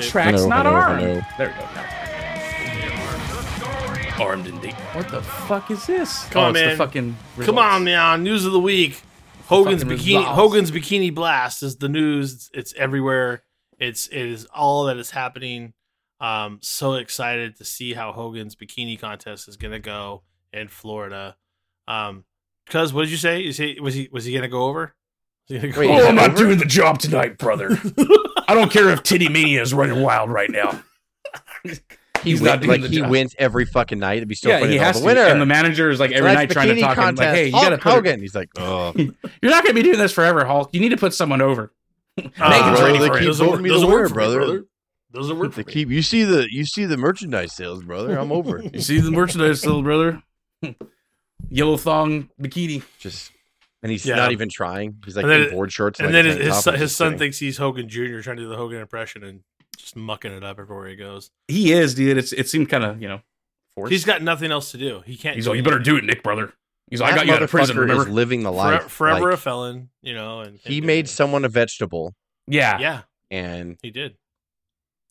Track's I know, not I know, I armed. know. There we go. Now. Armed indeed. What the fuck is this? oh, Come on, it's man. The fucking Come results. on, man. News of the week. Hogan's Fucking bikini. results. Hogan's bikini blast is the news. It's, it's everywhere. It's it is all that is happening. Um, so excited to see how Hogan's bikini contest is gonna go in Florida. Um, because what did you say? Is he was he was he gonna go over? Was he gonna go Wait, over? is Oh, I'm it not over? doing the job tonight, brother. I don't care if Titty Mania is running wild right now. He He's win- not doing like the he job. wins every fucking night. It'd be so yeah, funny. he though. has the to. winner. And the manager is like every tonight's night trying to bikini talk him like, contest, hey, you Hulk gotta put. Hogan. He's like, oh, You're not gonna be doing this forever, Hulk. You need to put someone over. Uh, Ah, bro, training they for it. keep Doesn't work- voting me the doesn't work winner, for me, brother. Doesn't work They for me. keep you see the you see the merchandise sales, brother. I'm over. it. You see the merchandise, little brother. Yellow thong bikini. Just and he's Yeah. not even trying. He's like And then in it- board shorts. and like then his tank his, top son, and his just son sitting. thinks he's Hogan Jr. trying to do the Hogan impression and just mucking it up everywhere he goes. He is, dude. It's it seemed kind of you know forced. He's got nothing else to do. He can't. He's like, you better do it, Nick, brother. He's like, I got you out of prison, motherfucker is remember? living the Fore- life. forever Like, a felon, you know. And he and- made someone a vegetable, yeah. Yeah, and he did.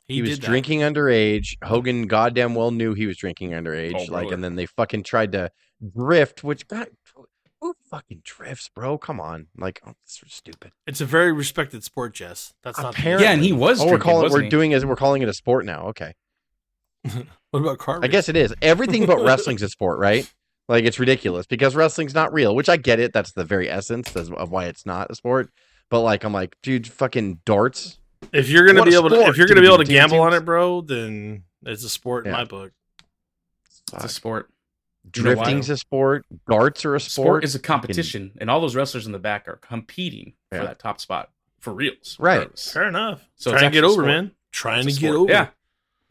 he, was did that. drinking underage. Hogan, goddamn well knew he was drinking underage. Oh, like, brother. and then they fucking tried to drift. Which God, who fucking drifts, bro? Come on, like oh, this is stupid. It's a very respected sport, Jess. That's not. Apparently. Yeah, and he was. Oh, we're drinking, calling. wasn't We're he? doing is we're calling it a sport now. Okay. What about car? I guess it is. Everything but wrestling's a sport, right? Like it's ridiculous because wrestling's not real, which I get it. That's the very essence of of why it's not a sport. But like I'm like, dude, fucking darts. If you're gonna What be a able to, sport, if you're gonna be dude. able to Team gamble on teams. it, bro, then it's a sport in Yeah. my book. It's a sport. You know why? Drifting's a sport. Darts are a Sport, sport. is a competition, and all those wrestlers in the back are competing Yeah. for that top spot for reals. Right. regardless. Fair enough. So So it's trying to get actually a over, sport. man. Trying to It's a get sport. over.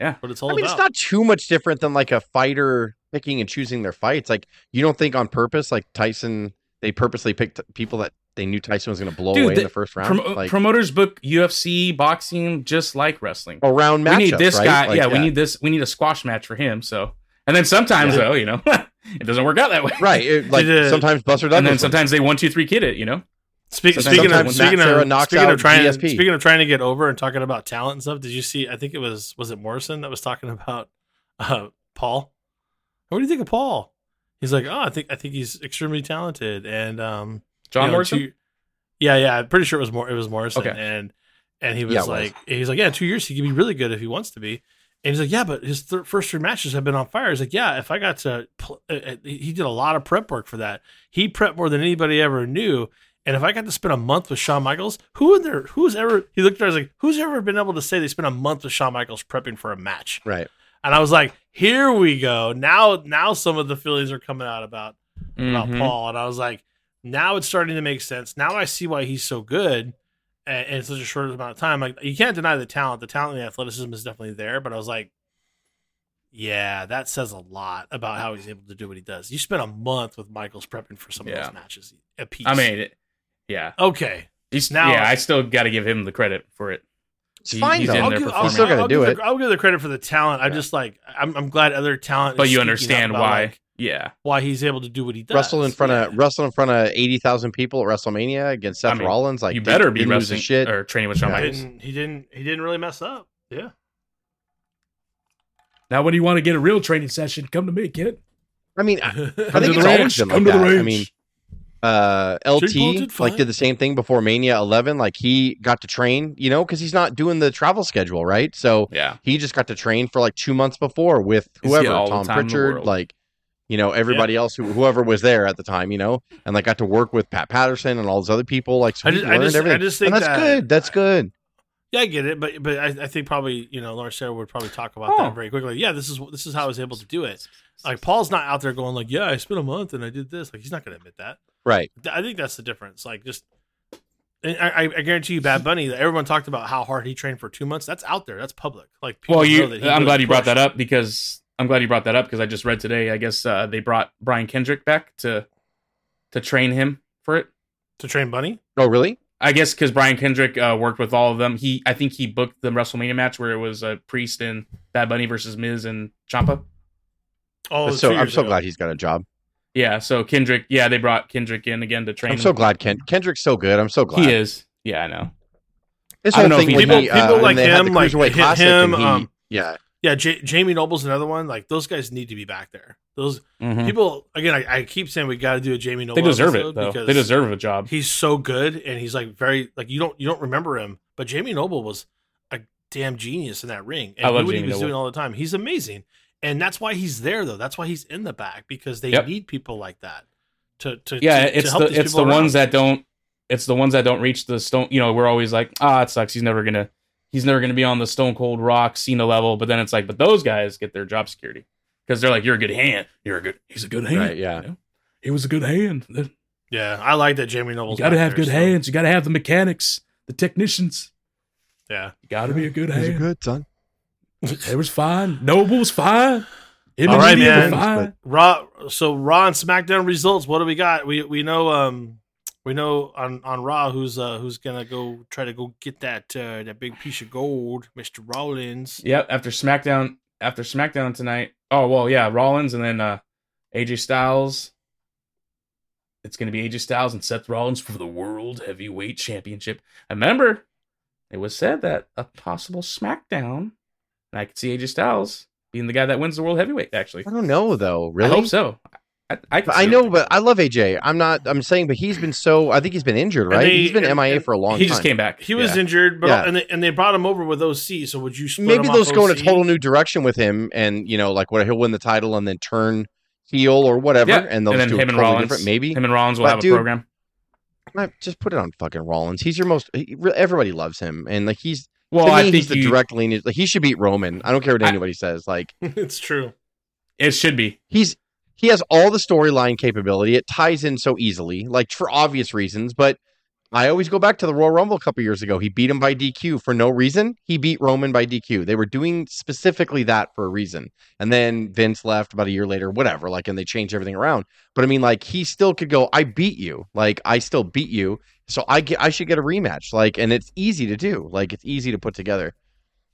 Yeah. But it's all I mean, about. it's not too much different than like a fighter picking and choosing their fights. Like you don't think on purpose, like Tyson, they purposely picked people that they knew Tyson was going to blow Dude, away the- in the first round. Promo- like promoters book UFC, boxing, just like wrestling. around we matchups. need this right? guy. Like, yeah, we need this. We need a squash match for him. So, and then sometimes Yeah. though, you know, it doesn't work out that way. right. It, like Did, uh, sometimes Buster And then Douglas. wins. sometimes they one two three kid it. You know, Speak, Sometimes speaking of when speaking Matt Serra of knocks speaking out of trying GSP. speaking of trying to get over and talking about talent and stuff, did you see? I think it was was it Morrison that was talking about uh, Paul. What do you think of Paul? He's like, oh, I think I think he's extremely talented, and um, John you know, Morrison. two- yeah, yeah, I'm pretty sure it was more. It was Morrison, Okay. and and he was Yeah, it was. like, he's like, yeah, in two years he can be really good if he wants to be. And he's like, yeah, but his th- first three matches have been on fire. He's like, yeah, if I got to, pl- uh, uh, he did a lot of prep work for that. He prepped more than anybody ever knew. And if I got to spend a month with Shawn Michaels, who in there, who's ever? He looked at us like, who's ever been able to say they spent a month with Shawn Michaels prepping for a match? right. And I was like, here we go. Now, now some of the feelings are coming out about about Mhm. Paul, and I was like, now it's starting to make sense. Now I see why he's so good a- in, such a short amount of time. Like you can't deny the talent. The talent and the athleticism is definitely there, but I was like, yeah, that says a lot about how he's able to do what he does. You spent a month with Michaels prepping for some of Yeah. those matches a piece. I mean, it, yeah, okay, he's Now- Yeah, I still got to give him the credit for it. It's He- fine he's though. in I'll there give, performing. I'll, Still gotta I'll do give it. The, I'll give the credit for the talent. I Yeah. just like I'm, I'm glad other talent. is But you speaking up understand about, why? like, yeah, why he's able to do what he does. Wrestle in front Yeah. of wrestle in front of eighty thousand people at WrestleMania against Seth I mean, Rollins. Like you dude, better be didn't lose a wrestling shit. or training with Shawn Yeah. He Michaels. didn't he didn't he didn't really mess up. Yeah. Now, when you want to get a real training session, come to me, kid. I mean, I, I I think to it's the always ranch, been like come to the that. I ranch. mean, uh, Paul did LT fine. like did the same thing before Mania eleven. Like he got to train, you know, because he's not doing the travel schedule, right? So Yeah, he just got to train for like two months before with He's whoever, got all the Tom time in the Pritchard, world. like you know everybody else who whoever was there at the time, you know, and like got to work with Pat Patterson and all those other people. Like so I he just- I learned just- I everything. just And think that's that- good. That's good. yeah, I get it, but but I, I think probably you know Lawrence Sarah would probably talk about Oh. that very quickly. Yeah, this is this is how I was able to do it. Like Paul's not out there going like, yeah, I spent a month and I did this. Like he's not going to admit that. Right. Th- I think that's the difference. Like just, and I, I- I guarantee you, Bad Bunny. That everyone talked about how hard he trained for two months. That's out there. That's public. Like Well, you. know that he I'm really glad you brought that pushed. up because I'm glad you brought that up because I just read today. I guess uh, they brought Brian Kendrick back to to train him for it. to train Bunny. Oh, really? I guess because Brian Kendrick uh, worked with all of them. He, I think he booked the WrestleMania match where it was uh, Priest and Bad Bunny versus Miz and Champa. Oh, so two I'm years so ago. glad he's got a job. Yeah, so Kendrick. Yeah, they brought Kendrick in again to train. I'm so him. glad Ken- Kendrick's so good. I'm so glad. he is. Yeah, I know. This I don't whole know thing if he- with the, People- uh, people when like they had the him, like, Cruiserweight hit Classic and him, he- um, yeah, Yeah, J- Jamie Noble's another one. Like those guys need to be back there. Those Mhm. people again. I, I keep saying we got to do a Jamie Noble. They deserve it episode though. because They deserve a job. He's so good, and he's like very like you don't you don't remember him, but Jamie Noble was a damn genius in that ring. And I love knew what he Jamie was Noble. doing all the time. He's amazing, and that's why he's there though. That's why he's in the back because they Yep. need people like that to to Yeah, to, to it's help the these it's the people around. ones that don't. It's the ones that don't reach the stone. You know, we're always like, ah, it sucks. He's never gonna. He's never gonna be on the Stone Cold Rock Cena level. But then it's like, but those guys get their job security because they're like, you're a good hand. You're a good. He's a good hand. right, yeah. He was a good hand. You yeah. I like that Jamie Noble. got to have good hands. You got to have the mechanics, the technicians. Yeah, You got to be a good These are hand. good, son. It was fine. Noble was fine. Him All and right, Lydia man. were fine. Raw. So Raw and SmackDown results. What do we got? We we know um we know on on Raw who's uh who's gonna go try to go get that uh that big piece of gold, Mister Rollins. Yep. After SmackDown, after SmackDown tonight. Oh well, yeah, Rollins and then uh AJ Styles. It's gonna be AJ Styles and Seth Rollins for the World Heavyweight Championship. I remember it was said that a possible SmackDown, and I could see AJ Styles being the guy that wins the World Heavyweight. Actually, I don't know though. Really, I hope so. I, I, could But I see it. know, but I love AJ. I'm not. I'm saying, but he's been so. I think he's been injured, And right? they- he's been and- MIA and for a long he time. just came back. He was Yeah. injured, but Yeah. and they, and they brought him over with OC. So would you split Maybe him they'll off go in a OC? total new direction with him, and you know, like what he'll win the title and then turn heel or whatever, Yeah, and they'll and then just do him and a totally Rollins, different. Maybe him and Rollins will But, have a dude, program. Like, just put it on fucking Rollins. He's your most. He, re- everybody loves him, and like he's. Well, to me, I think he's the you- direct lineage. Like he should beat Roman. I don't care what I- anybody says. Like it's true. it should be. he's he has all the storyline capability. It ties in so easily, like for obvious reasons. But I always go back to the Royal Rumble a couple years ago. He beat him by DQ for no reason. He beat Roman by DQ. They were doing specifically that for a reason. And then Vince left about a year later, whatever. Like, and they changed everything around. But I mean, like, he still could go. I beat you. Like, I still beat you. So I get. I should get a rematch. Like, and it's easy to do. Like, it's easy to put together.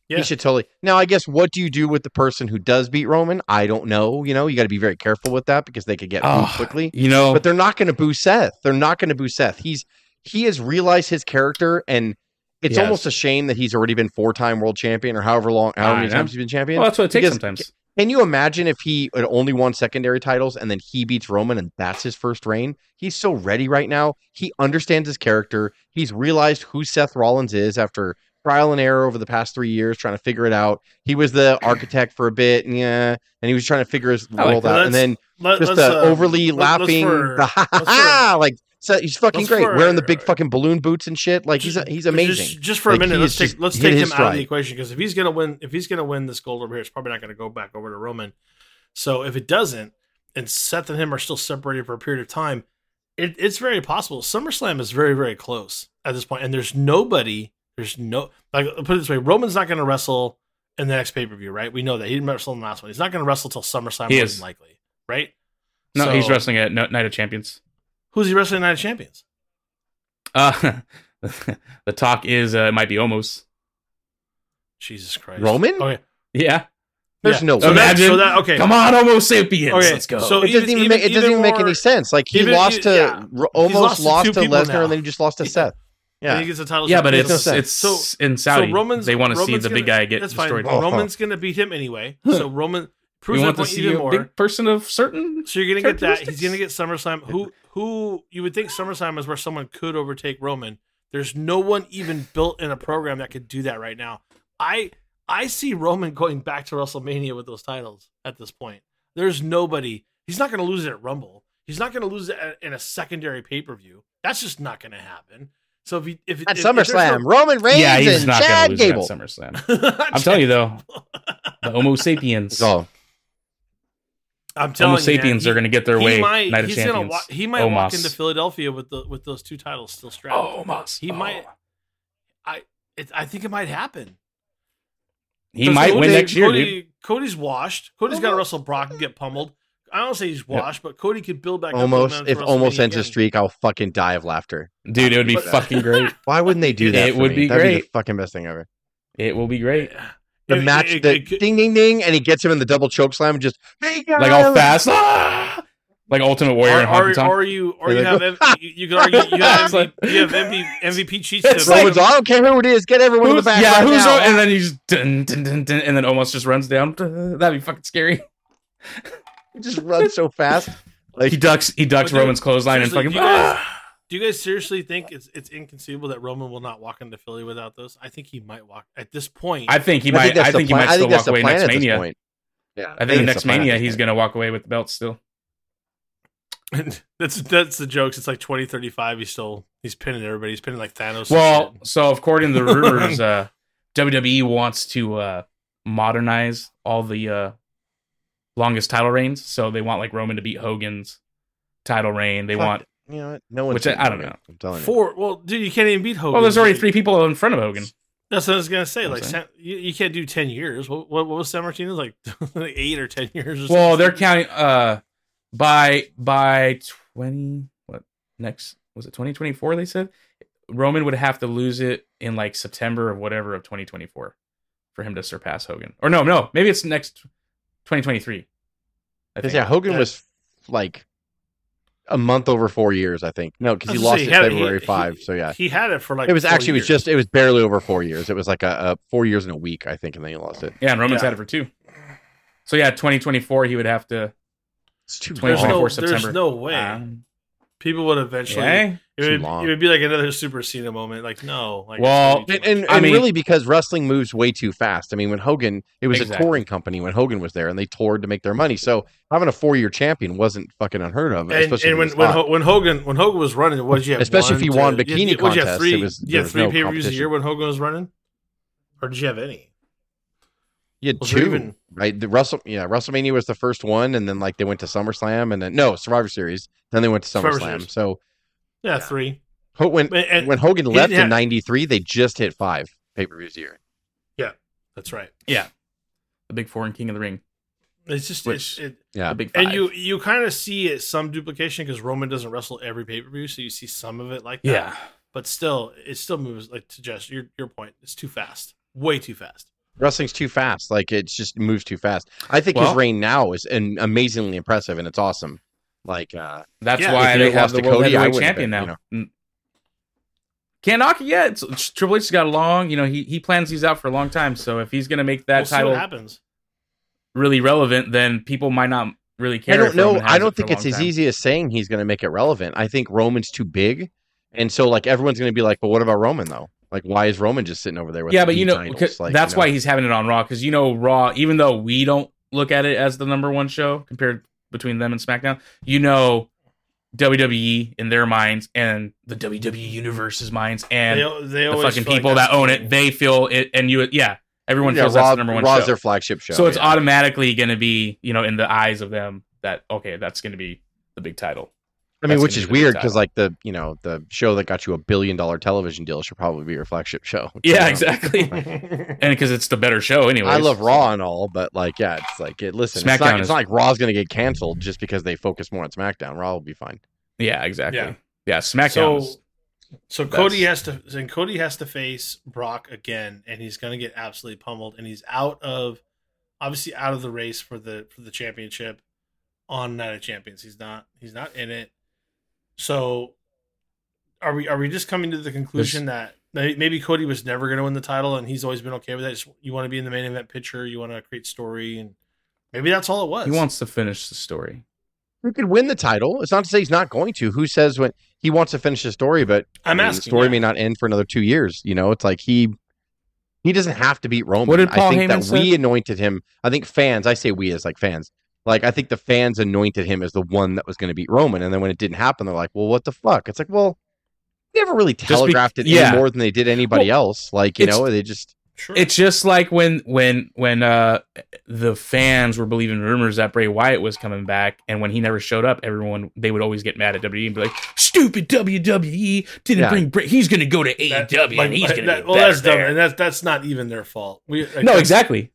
Yeah. He should totally. Now, I guess what do you do with the person who does beat Roman? I don't know. You know, you got to be very careful with that because they could get booed Oh, quickly. You know, But they're not going to boo Seth. They're not going to boo Seth. He's he has realized his character, and it's Yes. almost a shame that he's already been four time world champion or however long, however I many know. times he's been champion. well, that's what it takes because- sometimes. Can you imagine if he had only won secondary titles and then he beats Roman and that's his first reign? He's so ready right now. He understands his character. He's realized who Seth Rollins is after trial and error over the past three years, trying to figure it out. He was the architect for a bit, and yeah, and he was trying to figure his I like world that. out. And That's- then Let, just let's, the uh, overly let- let's laughing, for- the ha ha let's ha, like so he's fucking let's great, for- wearing the big fucking balloon boots and shit. Like he's Just- he's just- amazing. Just, for a Like, minute, he let's is take just let's hit take him his out of the stride. equation because if he's gonna win, if he's gonna win this gold over here, it's probably not gonna go back over to Roman. So if it doesn't, and Seth and him are still separated for a period of time, it, it's very possible. SummerSlam is very very close at this point, and there's nobody. There's no like I'll put it this way: Roman's not gonna wrestle in the next pay per view, right? We know that he didn't wrestle in the last one. He's not gonna wrestle till SummerSlam, He more is. than likely, right? No, So, he's wrestling at No- Night of Champions. Who's he wrestling Night of Champions? Uh, the talk is uh, it might be almost. Jesus Christ, Roman? Okay, Yeah. There's no so way. that, so Imagine- that okay. Come on, Homo sapiens. Okay, Let's go. so it doesn't even, make it doesn't even make any more- sense. Like he even- lost to yeah. r- almost lost to lost two to, people now. Lesnar and then he just lost to Yeah. Seth. And Yeah. he gets a title. yeah, shot. but Makes it's no it's sense. So- in Saudi. so Roman's. they want to see Roman's the big gonna- guy get that's destroyed. Fine. Oh. Roman's going to beat him anyway. So Roman We proves that want to point see a even more. big person of certain. so you're going to get that. He's characteristics. going to get SummerSlam. Who who you would think SummerSlam is where someone could overtake Roman. There's no one even built in a program that could do that right now. I I see Roman going back to WrestleMania with those titles at this point. There's nobody. He's not going to lose it at Rumble. He's not going to lose it at- in a secondary pay per view. That's just not going to happen. So if you, if At if- if there's no- SummerSlam, Roman Reigns yeah, he's and not going to Chad lose at Gable. SummerSlam. I'm telling you though, the Homo sapiens, So I'm telling Homo you, man, sapiens he- are going to get their he way. Might, Night of he's Champions. Gonna wa- he might walk Omos. into Philadelphia with the with those two titles still strapped. Oh, Omos. He Oh. might- It, I think it might happen. He 'Cause might Cody- win next year, Cody, dude. Cody's washed. Cody's got to Almost. wrestle Brock and get pummeled. I don't say he's washed, but Cody could build back. up almost momentum if for almost WrestleMania ends his again. streak, I'll fucking die of laughter. Dude, it would be But- fucking great. Why wouldn't they do that? It for would me? be That'd be the great. fucking best thing ever. It will be great. The It- match, it- the it could- ding ding ding, and he gets him in the double choke slam. And just Like all fast. Ah! like Ultimate Warrior and Or, Honky or, Tonk. or you or They're you have like, M- you, you can argue you have, It's like- MVP, you have MVP, MVP cheat It's stuff. like- Roman's, I don't care who it is. Get everyone in the Who's, back. yeah, right who's now. on, and then he's dun, dun, dun, dun, and then almost just runs down. That'd be fucking scary. He just runs so fast. Like He ducks. He ducks But dude, Roman's clothesline and seriously, fucking. do, you guys, do you guys seriously think it's it's inconceivable that Roman will not walk into Philly without those? I think he might walk at this point. I think he I think might. that's I the think he plan- might I still think that's walk the away plan next at this Mania. point. Yeah, I think it's next the plan at Mania this he's point. gonna walk away with the belt still. that's that's the jokes. It's like twenty thirty five. He's still he's pinning everybody. He's pinning like Thanos. and Well, shit. so according to the rumors, uh, WWE wants to uh, modernize all the uh, longest title reigns. So they want like Roman to beat Hogan's title reign. They Fuck, want. You know what? No one's Which I- gonna I don't do it. know. I'm telling you. four. Well, dude, you can't even beat Hogan. Well, there's already three people in front of Hogan. That's what I was gonna say. I'm Like, saying. San, you, you can't do ten years. What what, what was San Martino like? like eight or ten years? Or Well, something. they're counting uh by by twenty what next was it twenty twenty four they said? Roman would have to lose it in like September of whatever of twenty twenty four for him to surpass Hogan. Or no, no, maybe it's next twenty twenty three. I Because think. yeah, Hogan Yeah. was like a month over four years, I think. No, because I he was lost gonna say, it he had- February he- five. So yeah, he had it for like. it was four actually it was years. just it was barely over four years. It was like a, a four years and a week, I think, and then he lost it. Yeah, and Roman's Yeah. had it for two. So yeah, twenty twenty four he would have to It's too There's there's long. no, long. 24 there's September. no way Um, people would eventually. yeah. It would, Too long. it would be like another Super Cena moment. Like no, like Well, it's gonna be And, too much. and, and I mean- really, because wrestling moves way too fast. I mean, when Hogan, it was Exactly. a touring company when Hogan was there, and they toured to make their money. So having a four-year champion wasn't fucking unheard of. and, especially and when when he was when, hot. Ho- when Hogan when Hogan was running, what did you have? Especially one, if he won two- bikini you- what'd you have contest, three, it was- you there had was three no pay per views a competition. year when Hogan was running, or did you have any? You had Was two, there even- right? The Russell, yeah, WrestleMania was the first one, and then like they went to SummerSlam, and then no Survivor Series. Then they went to Survivor SummerSlam. Series. So Yeah, three. Ho- when And- and- when Hogan left have- in '93, they just hit five pay per views a year. that's right. the big four and King of the Ring. It's just Which- it's, it, Yeah. The big five. and you you kind of see it some duplication because Roman doesn't wrestle every pay per view, so you see some of it like that. Yeah. but still, it still moves like to just your your point. It's too fast, way too fast. Wrestling's too fast. Like it just moves too fast. I think Well- his reign now is an amazingly impressive, and it's awesome. Like uh, That's Yeah. why If they it have lost the to world Cody, I heavyweight wouldn't have champion been, now. Mm. Can't knock it yet. It's, it's- Triple H has got a long, you know, he, he plans these out for a long time. So if he's going to make that We'll see what title happens. really relevant, then people might not really care. I if don't know. Roman has I it don't for a think it's long as time. easy as saying he's going to make it relevant. I think Roman's too big, and so like everyone's going to be like, "Well, what about Roman though? Like, why is Roman just sitting over there with?" Yeah, but the you know, titles? 'cause Like, that's you know. why he's having it on Raw because you know Raw, even though we don't look at it as the number one show compared between them and SmackDown, you know WWE in their minds and the WWE universe's minds and They, al- they the always fucking feel like people that's that own the it, thing. they feel it, and you, yeah, everyone yeah, feels Raw, that's the number one Raw's show. their flagship show. so it's yeah. automatically going to be, you know, in the eyes of them that okay, that's going to be the big title. I mean, That's which gonna is be the big weird because title. like the you know the show that got you a billion dollar television deal should probably be your flagship show. You Yeah, know? exactly. and because it's the better show anyway. I love Raw and all, but like, yeah, it's like it. Listen, it's SmackDown not, is- it's not like Raw's going to get canceled just because they focus more on SmackDown. Raw will be fine. Yeah, exactly. Yeah, Yeah. SmackDown. So- is- So Cody has to, and Cody has to face Brock again, and he's going to get absolutely pummeled, and he's out of, obviously out of the race for the for the championship, on Night of Champions. He's not he's not in it. So, are we are we just coming to the conclusion that may- maybe Cody was never going to win the title, and he's always been okay with that? Just- You want to be in the main event picture, you want to create story, and maybe that's all it was. he wants to finish the story. Who could win the title? It's not to say he's not going to. Who says when he wants to finish the story, but I'm I mean, the asking. story yeah. may not end for another two years. You know, it's like he he doesn't have to beat Roman. What did Paul I think Heyman that say? we anointed him. I think fans. I say we as like fans. Like I think the fans anointed him as the one that was going to beat Roman, and then when it didn't happen, they're like, "Well, what the fuck?" It's like, well, they never really be- telegraphed it yeah. any more than they did anybody else. Like you it's- know, they just sure. It's just like when when when uh the fans were believing rumors that Bray Wyatt was coming back, and when he never showed up, everyone they would always get mad at WWE and be like, "Stupid WWE didn't Yeah. bring Bray. He's going to go to AEW E That- like, and he's going to that- be well, best that's dumb, there." and that's that's not even their fault. We like, no, that's- exactly,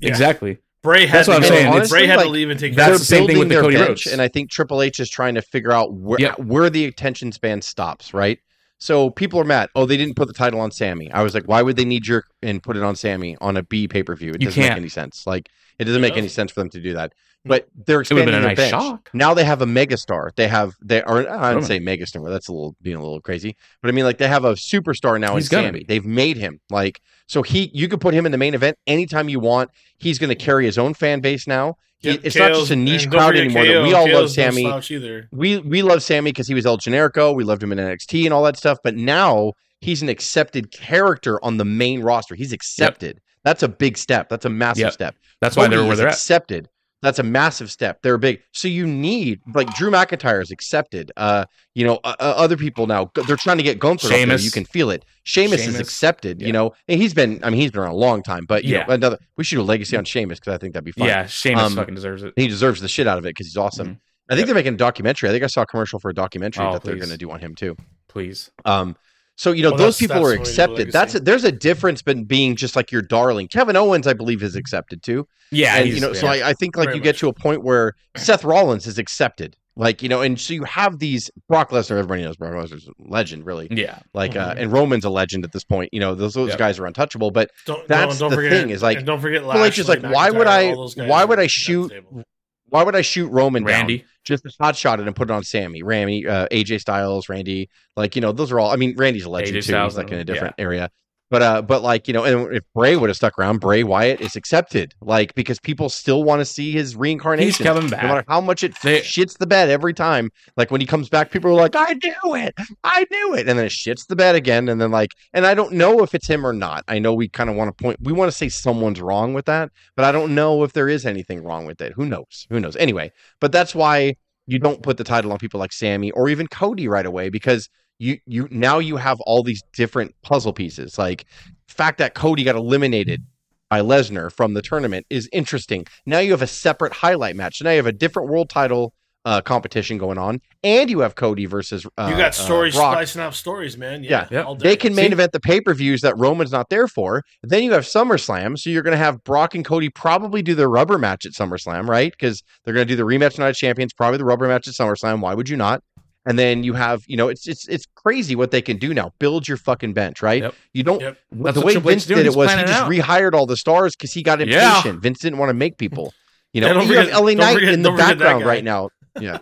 Yeah. exactly. Bray had That's what to I'm go. saying. Bray Honestly, had like, to leave and take. That's they're the same thing building with the their Cody bench, Rhodes. and I think Triple H is trying to figure out where Yep. where the attention span stops. Right. So people are mad. Oh, they didn't put the title on Sammy. I was like, why would they need jerk and put it on Sammy on a B pay per view? It You doesn't make can't. any sense. Like it doesn't make any sense for them to do that. But they're It would have expanding been a their nice bench. shock. Now they have a megastar. They have they are I Roman. would say megastar. That's a little being a little crazy, but I mean like they have a superstar now He's in gonna Sammy. be. They've made him like so he you could put him in the main event anytime you want. He's going to carry his own fan base now. He, Yep, it's not just KO's a niche and don't crowd forget anymore. KO. That we all KO's no love Sammy slouch either. we we love Sammy because he was El Generico. We loved him in NXT and all that stuff. But now he's an accepted character on the main roster. He's accepted. That's a big step. That's a massive Yep. step. That's why they're Cody where is they're at. accepted. That's a massive step. They're big. So you need like Drew McIntyre is accepted. Uh, you know, uh, uh, other people now they're trying to get Gunther. up there. Sheamus. you can feel it. Sheamus, is Sheamus. accepted. You Yeah. know, and he's been. I mean, he's been around a long time. But you Yeah. know, another we should do a legacy on Sheamus because I think that'd be fun. Yeah, Sheamus Um, fucking deserves it. He deserves the shit out of it because he's awesome. Mhm. I think they're making a documentary. I think I saw a commercial for a documentary Oh, that they're please. going to do on him too. Please. Um, so you know Well, that's- those people that's the are way to do accepted. legacy. That's a, there's a difference between being just like your darling. Kevin Owens, I believe, is accepted too. Yeah, and he's, you know, so yeah. I, I think like Very you get much. to a point where Seth Rollins is accepted. Like you know, and so you have these Brock Lesnar. Everybody knows Brock Lesnar's a legend, really. Mm-hmm. yeah. Like, uh, and Roman's a legend at this point. You know, those those Yeah. guys are untouchable. But Don't, That's don't, don't the forget, thing is, like, and don't forget Triple H is Lashley, like, why would McIntyre, I- all those guys why are would I at the shoot- table. why would I shoot Roman down? Randy. just hot shot it and put it on Sammy, Ramy, uh, AJ Styles, Randy. Like you know, those are all. I mean, Randy's a legend AJ too. He's Styles, like in a yeah. different area. But uh, but like you know, and if Bray would have stuck around, Bray Wyatt is accepted, like because people still want to see his reincarnation. He's coming No matter back. how much it They- shits the bed every time, like when he comes back, people are like, "I knew it, I knew it," and then it shits the bed again, and then like, and I don't know if it's him or not. I know we kind of want to point, we want to say someone's wrong with that, but I don't know if there is anything wrong with it. Who knows? Who knows? Anyway, but that's why you don't put the title on people like Sammy or even Cody right away because you you now you have all these different puzzle pieces. Like the fact that Cody got eliminated by Lesnar from the tournament is interesting. Now you have a separate highlight match. So now you have a different world title uh, competition going on, and you have Cody versus uh, you got uh, stories Brock. splicing up stories, man. Yeah, Yeah, yep. all day. They can main See? event the pay per views that Roman's not there for. Then you have SummerSlam. So you're going to have Brock and Cody probably do their rubber match at SummerSlam, right? Because they're going to do the rematch tonight of champions, probably the rubber match at SummerSlam. Why would you not? And then you have, you know, it's it's it's crazy what they can do now. Build your fucking bench, right? Yep. You don't. Yep. That's the what way Triple H Vince doing. did it He's was he planning it just out. rehired all the stars because he got Yeah. impatient. Vince didn't want to make people. You know, Yeah, don't you have forget- LA don't Knight forget- in the don't forget that background guy. right now. Yeah.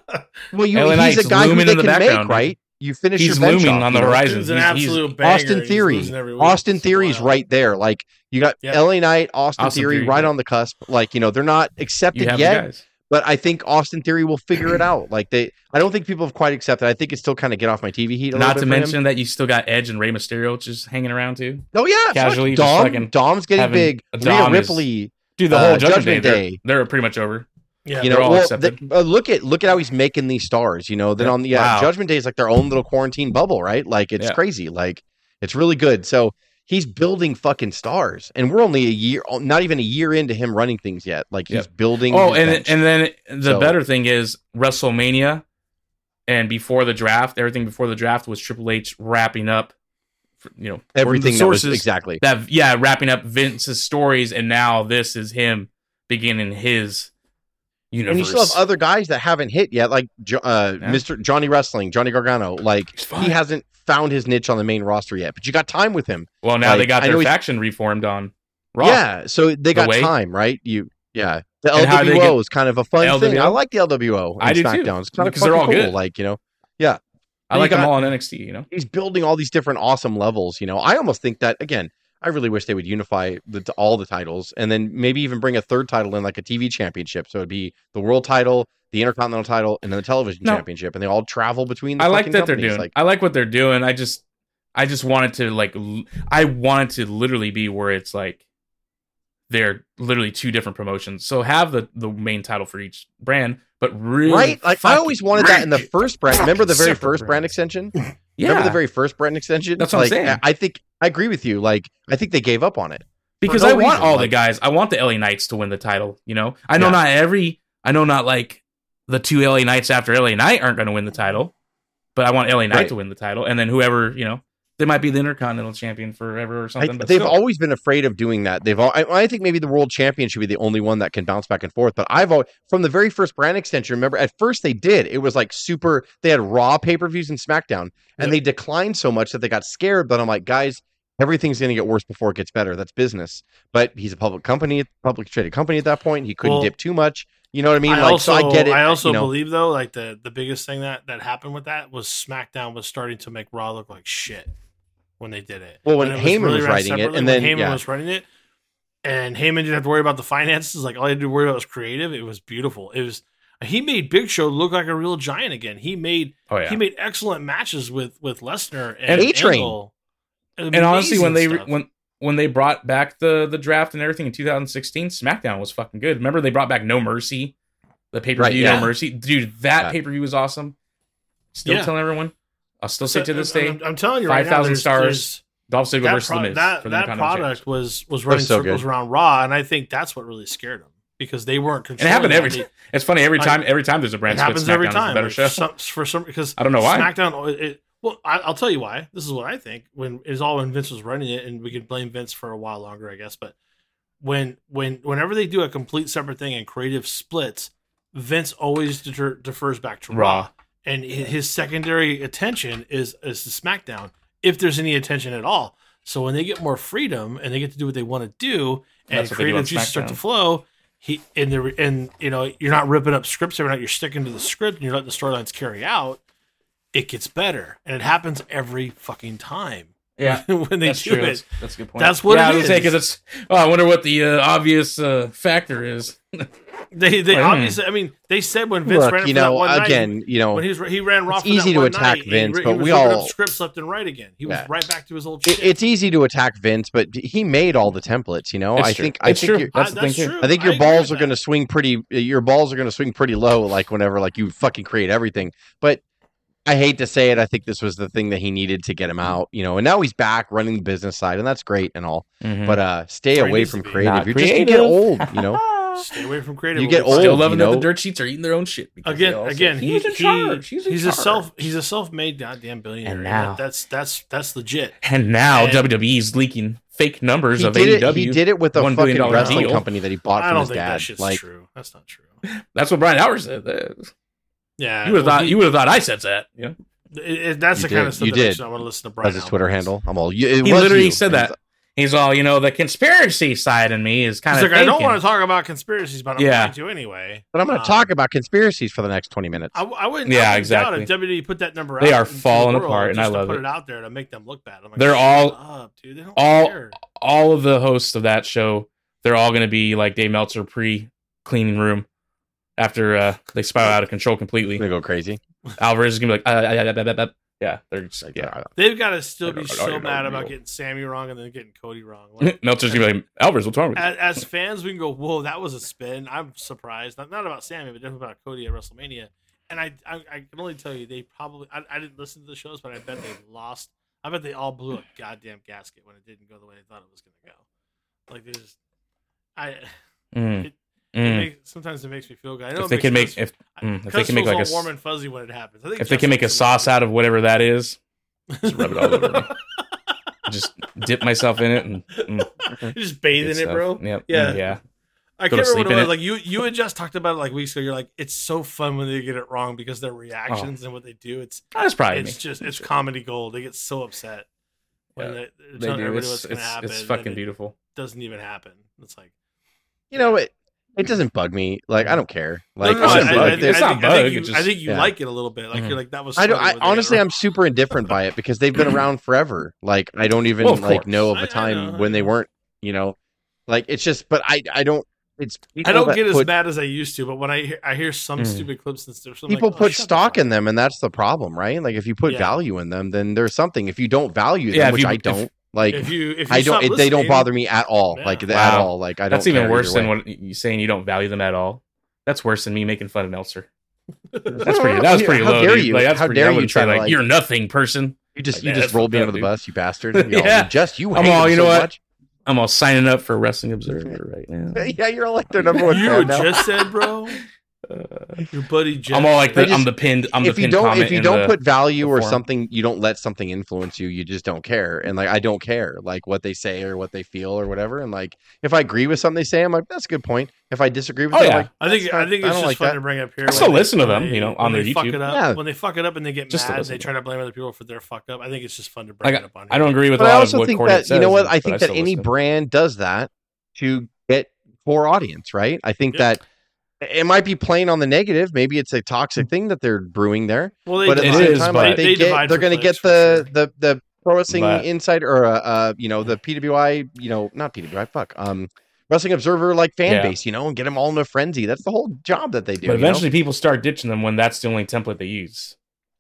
Well, you, LA he's Knight's a guy who looming they in the can make, background. right? You finish He's your bench looming off, on the you know? horizon. Austin's an He's- he's- absolute banger. Austin He's Theory. losing every week. Austin It's Theory is wild. right there. Like you got Yep. LA Knight, Austin, Austin Theory, Theory, right yeah. on the cusp. Like you know they're not You accepted have the yet, guys. but I think Austin Theory will figure it out. Like they, I don't think people have quite accepted. I think it's still kind of get off my TV heat. A Not to little bit for him. mention that you still got Edge and Rey Mysterio just hanging around too. oh yeah, fuck, casually just Dom, fucking Dom's getting having- big. Rhea Dom is- Ripley, Dude, the Uh, whole Judgment, Judgment Day, Day. they're, they're pretty much over. Yeah, you they're know, all well, accepted. the- uh, look at look at how he's making these stars. You know, then Yeah. on the yeah, Wow. Judgment Day is like their own little quarantine bubble, right? Like it's Yeah. crazy. Like it's really good. So he's building fucking stars, and we're only a year, oh, not even a year into him running things yet. Like he's building. Oh, his and bench. and then the So- better thing is WrestleMania, and before the draft, everything before the draft was Triple H wrapping up, for- you know, everything the that was- sources exactly. that yeah wrapping up Vince's stories, and now this is him beginning his universe. And you still have other guys that haven't hit yet, like Jo- uh, Yeah. Mr. Johnny Wrestling, Johnny Gargano. Like He's fine. he hasn't found his niche on the main roster yet, but you got time with him. well, now like, they got I know their he's- faction reformed on Raw. Yeah, so they got way. time, right? You, yeah. The And how they LWO get- is kind of a fun thing. LWO? I like the LWO. I and do too, SmackDown. It's kind of because they're fucking all cool. good. Like you know, I you like them got- all in NXT. You know, he's building all these different awesome levels. You know, I almost think that again. I really wish they would unify the, t- all the titles and then maybe even bring a third title in, like a TV championship. So it'd be the world title, the intercontinental title, and then the television No. championship, and they all travel between. The I like fucking that they're companies, doing. Like, I like what they're doing. I just, I just wanted to like, l- I wanted to literally be where it's like, they're literally two different promotions. So have the the main title for each brand, but really, right? Like I fucking always wanted that in the make it first brand. Remember the very separate first brand brands. extension? Yeah, Remember the very first brand extension? That's what I'm Like, saying. I- I think I agree with you. Like I think they gave up on it. because no I want reason, all like- the guys. I want the LA Knights to win the title. You know, I know Yeah. not every. I know not like the two LA Knights after LA Knight aren't going to win the title, but I want LA Knight Right. to win the title, and then whoever you know They might be the Intercontinental Champion forever or I- something. but they've still. always been afraid of doing that. They've all, I, I think maybe the world champion should be the only one that can bounce back and forth. But I've always, from the very first brand extension, remember at first they did. It was like super. They had Raw pay per views and SmackDown, and they declined so much that they got scared. But I'm like, guys, everything's going to get worse before it gets better. That's business. But he's a public company, public traded company at that point. He couldn't Well, dip too much. You know what I mean? I like, also, so I get it. I also you know. believe though, like the the biggest thing that that happened with that was SmackDown was starting to make Raw look like shit when they did it. Well, when it Heyman was run writing it, separately, and when then- Heyman yeah. was running it, and Heyman didn't have to worry about the finances. Like all he had to worry about was creative. It was beautiful. It was he made Big Show look like a real giant again. He made Oh yeah. he made excellent matches with with Lesnar And and A-Train. Angle. and honestly, when they Amazing stuff. when when they brought back the the draft and everything in 2016, SmackDown was fucking good. Remember they brought back No Mercy, the pay per view Right, yeah. No Mercy, dude. That Yeah. pay per view was awesome. Still Yeah. telling everyone, I'll still So- say to this I'm- day, I'm, I'm telling you, right now, 5,000 there's- stars there's- Dolph Ziggler that, versus pro- the Miz. that, for the that Intercontinental product Championship. was was running so circles good. around Raw, and I think that's what really scared them because they weren't and it controlling. happened every. that. time. It's funny every I- time. Every time there's a They, brand it split. happens SmackDown every is time. a better Like, show. some- for some because I don't know why. SmackDown. It, it- well, I, I'll tell you why. This is what I think. When it's all when Vince was running it, and we can blame Vince for a while longer, I guess. But when when whenever they do a complete separate thing and creative splits, Vince always deter, defers back to Raw. Raw. and hi- his secondary attention is is the SmackDown, if there's any attention at all. So when they get more freedom and they get to do what they want to do, and That's what they do on creative juices start to SmackDown. flow, he and the and you know you're not ripping up scripts every night. You're sticking to the script and you're letting the storylines carry out. It gets better, and it happens every fucking time. Yeah, when they that's do true. it, That's, that's a good point. That's what yeah, it I was is. because it's. Oh, I wonder what the uh, obvious uh, factor is. they they Hmm. obviously. I mean, they said when Vince ran Look, it you for that know, one night, again, you know, when he was he ran Raw, It's for that easy to one attack night, Vince, he, but he was we ripping all- up scripts left and right again. He Yeah. was right back to his old. it- shit. it's easy to attack Vince, but he made all the templates. You know, It's I true. think I It's think true. you- That's I- the thing too. true. I think your agree balls are with going to that. swing pretty. Your balls are going to swing pretty low, like whenever like you fucking create everything. But I hate to say it, I think this was the thing that he needed to get him out. You know, and now he's back running the business side, and that's great and all. Hmm. But uh stay Where he away needs from to be. creative. Not You're just gonna get old. You know, Stay away from creative. You when get we- old, Still loving you that know? the dirt sheets are eating their own shit. because they Again, all again, said, he, he was in charge. He, He was in he's a charge." self. He's a self-made goddamn billionaire. And That- now- that's that's that's legit. And now And- WWE's leaking fake numbers he of E did AEW. it. He did it with a $1 billion fucking wrestling deal. company that he bought I from don't his think dad. that shit's Like, true. That's not true. That's what Brian Howard said. Uh, Yeah, You would have well, thought. he- You would have thought I said that. Yeah. it- it- that's You the kind did. of stuff You that makes did. me- I want to listen to Brian. that's his Alvarez. Twitter handle. I'm all. It He was literally you. said that. He's all, you know, the conspiracy side in me is kind He's of. like, I don't want to talk about conspiracies, but I'm Yeah. going to anyway. But I'm going to Um, talk about conspiracies for the next 20 minutes. I, I wouldn't. Yeah, I wouldn't exactly. Doubt if WWE put that number. They out are into the falling world apart, and just I to love put it. it. out there to make them look bad. I'm like, They're shut all- up, dude. They don't all- care. all of the hosts of that show, they're all going to be like Dave Meltzer pre cleaning room after uh, they spiral out of control I'm completely. going to go crazy. Alvarez is going to be like, uh, yeah, yeah, yeah, yeah, yeah. yeah, they're just like, yeah. They've got to still I don't- be I so don't mad know. about getting Sammy wrong and then getting Cody wrong. Like, Meltzer's going to be like, Alvarez, what's wrong with you? as, as fans, we can go, "Whoa, that was a spin." I'm surprised, not, not about Sammy, but definitely about Cody at WrestleMania. And I, I, I can only tell you, they probably. I, I didn't listen to the shows, but I bet they lost. I bet they all blew a goddamn gasket when it didn't go the way they thought it was going to go. Like they just, I. Mm. It- It Mm. makes, sometimes it makes me feel good. I If know it they makes can make Gus- if mm, if they Gus can make feels like a all s- warm and fuzzy when it happens. I think if they can make a sauce out of whatever that is, just rub it all over me. just dip myself in it and mm, just bathe good in it, stuff. bro. Yep. Yeah. Mm, yeah. I Go can't to remember what sleep it in was. it. Like you, you had just talked about it like weeks ago. You're like, it's so fun when they get it wrong because their reactions and what they do. It's That's Ah, probably it's Oh. me. just it's comedy gold. They get so upset when Yeah, they, they're They telling do. everybody It's, what's going it's, to happen. it's and fucking it beautiful. Doesn't even happen. It's like You know, it it doesn't bug me. Like, I don't care. Like, no, I, it's don't not really bug. think- care. It's I not think- I think bug, you- it's I just- think you yeah. like it a little bit. Like Mhm. you're like that was. I don't. funny I, when they got it honestly, wrong. I'm super indifferent by it because they've been around forever. Like, I don't even Well, of like course. know of I- I a time know. when they weren't. You know, like it's just. But I, I don't. It's. I people don't that get as put- mad as I used to, but when I hear, I hear some Mm. stupid clips and stuff, I'm like, People "Oh, put shut the stock fuck in them, and that's the problem, right? Like, if you put Yeah. value in them, then there's something. If you don't value them, Yeah, if which you- I if- don't, up." like, If you, if you I stop don't. It, they don't listening- bother me at all. Yeah. Like at Wow. all. Like I don't. That's even care worse either than way. what you saying you don't value them at all. That's worse than me making fun of Meltzer. That's pretty. That was pretty How low. dare dude. you? Like, that's How pretty, dare I you wouldn't try say, to like, like you're nothing person. You just Like, you man, just that's rolled me fucked under up, the dude. bus, you bastard. You all- Yeah. you just you I'm hate all, him you so know what? much. I'm all signing up for Wrestling Observer right now. Yeah, you're all like their number one You fan were now. just said, bro. Your buddy Jeff. I'm all like They the, that. just- I'm the pinned I'm the if you pinned don't comment. if you in don't the- put value the or forum. something you don't let something influence you you just don't care and like i don't care like what they say or what they feel or whatever and like if i agree with something they say i'm like that's a good point if i disagree with Oh, it I'm yeah. like I think I think I it's don't just like fun that. to bring up here. I still when they- listen to them, when you know, they- on when their they Fuck YouTube. it up. Yeah. When they fuck it up and they get Just to mad, listen they to try to blame other people for their fuck up. I think it's just fun to bring Like, it up on. I don't agree with but a i lot also of what think Courtney that says. you know what but i think that still any listen. brand does that to get poor audience right i think Yeah. that it might be playing on the negative maybe it's a toxic thing that they're brewing there Well, they but at the it divide- same is, time, but- like, they they, get, divide they're for going to clicks get for the, sure. the the pro wrestling But- insight or uh, uh you know the PWI you know not PWI fuck um wrestling observer like fan Yeah. base you know and get them all in a frenzy. That's the whole job that they do. But you know? eventually people start ditching them when that's the only template they use.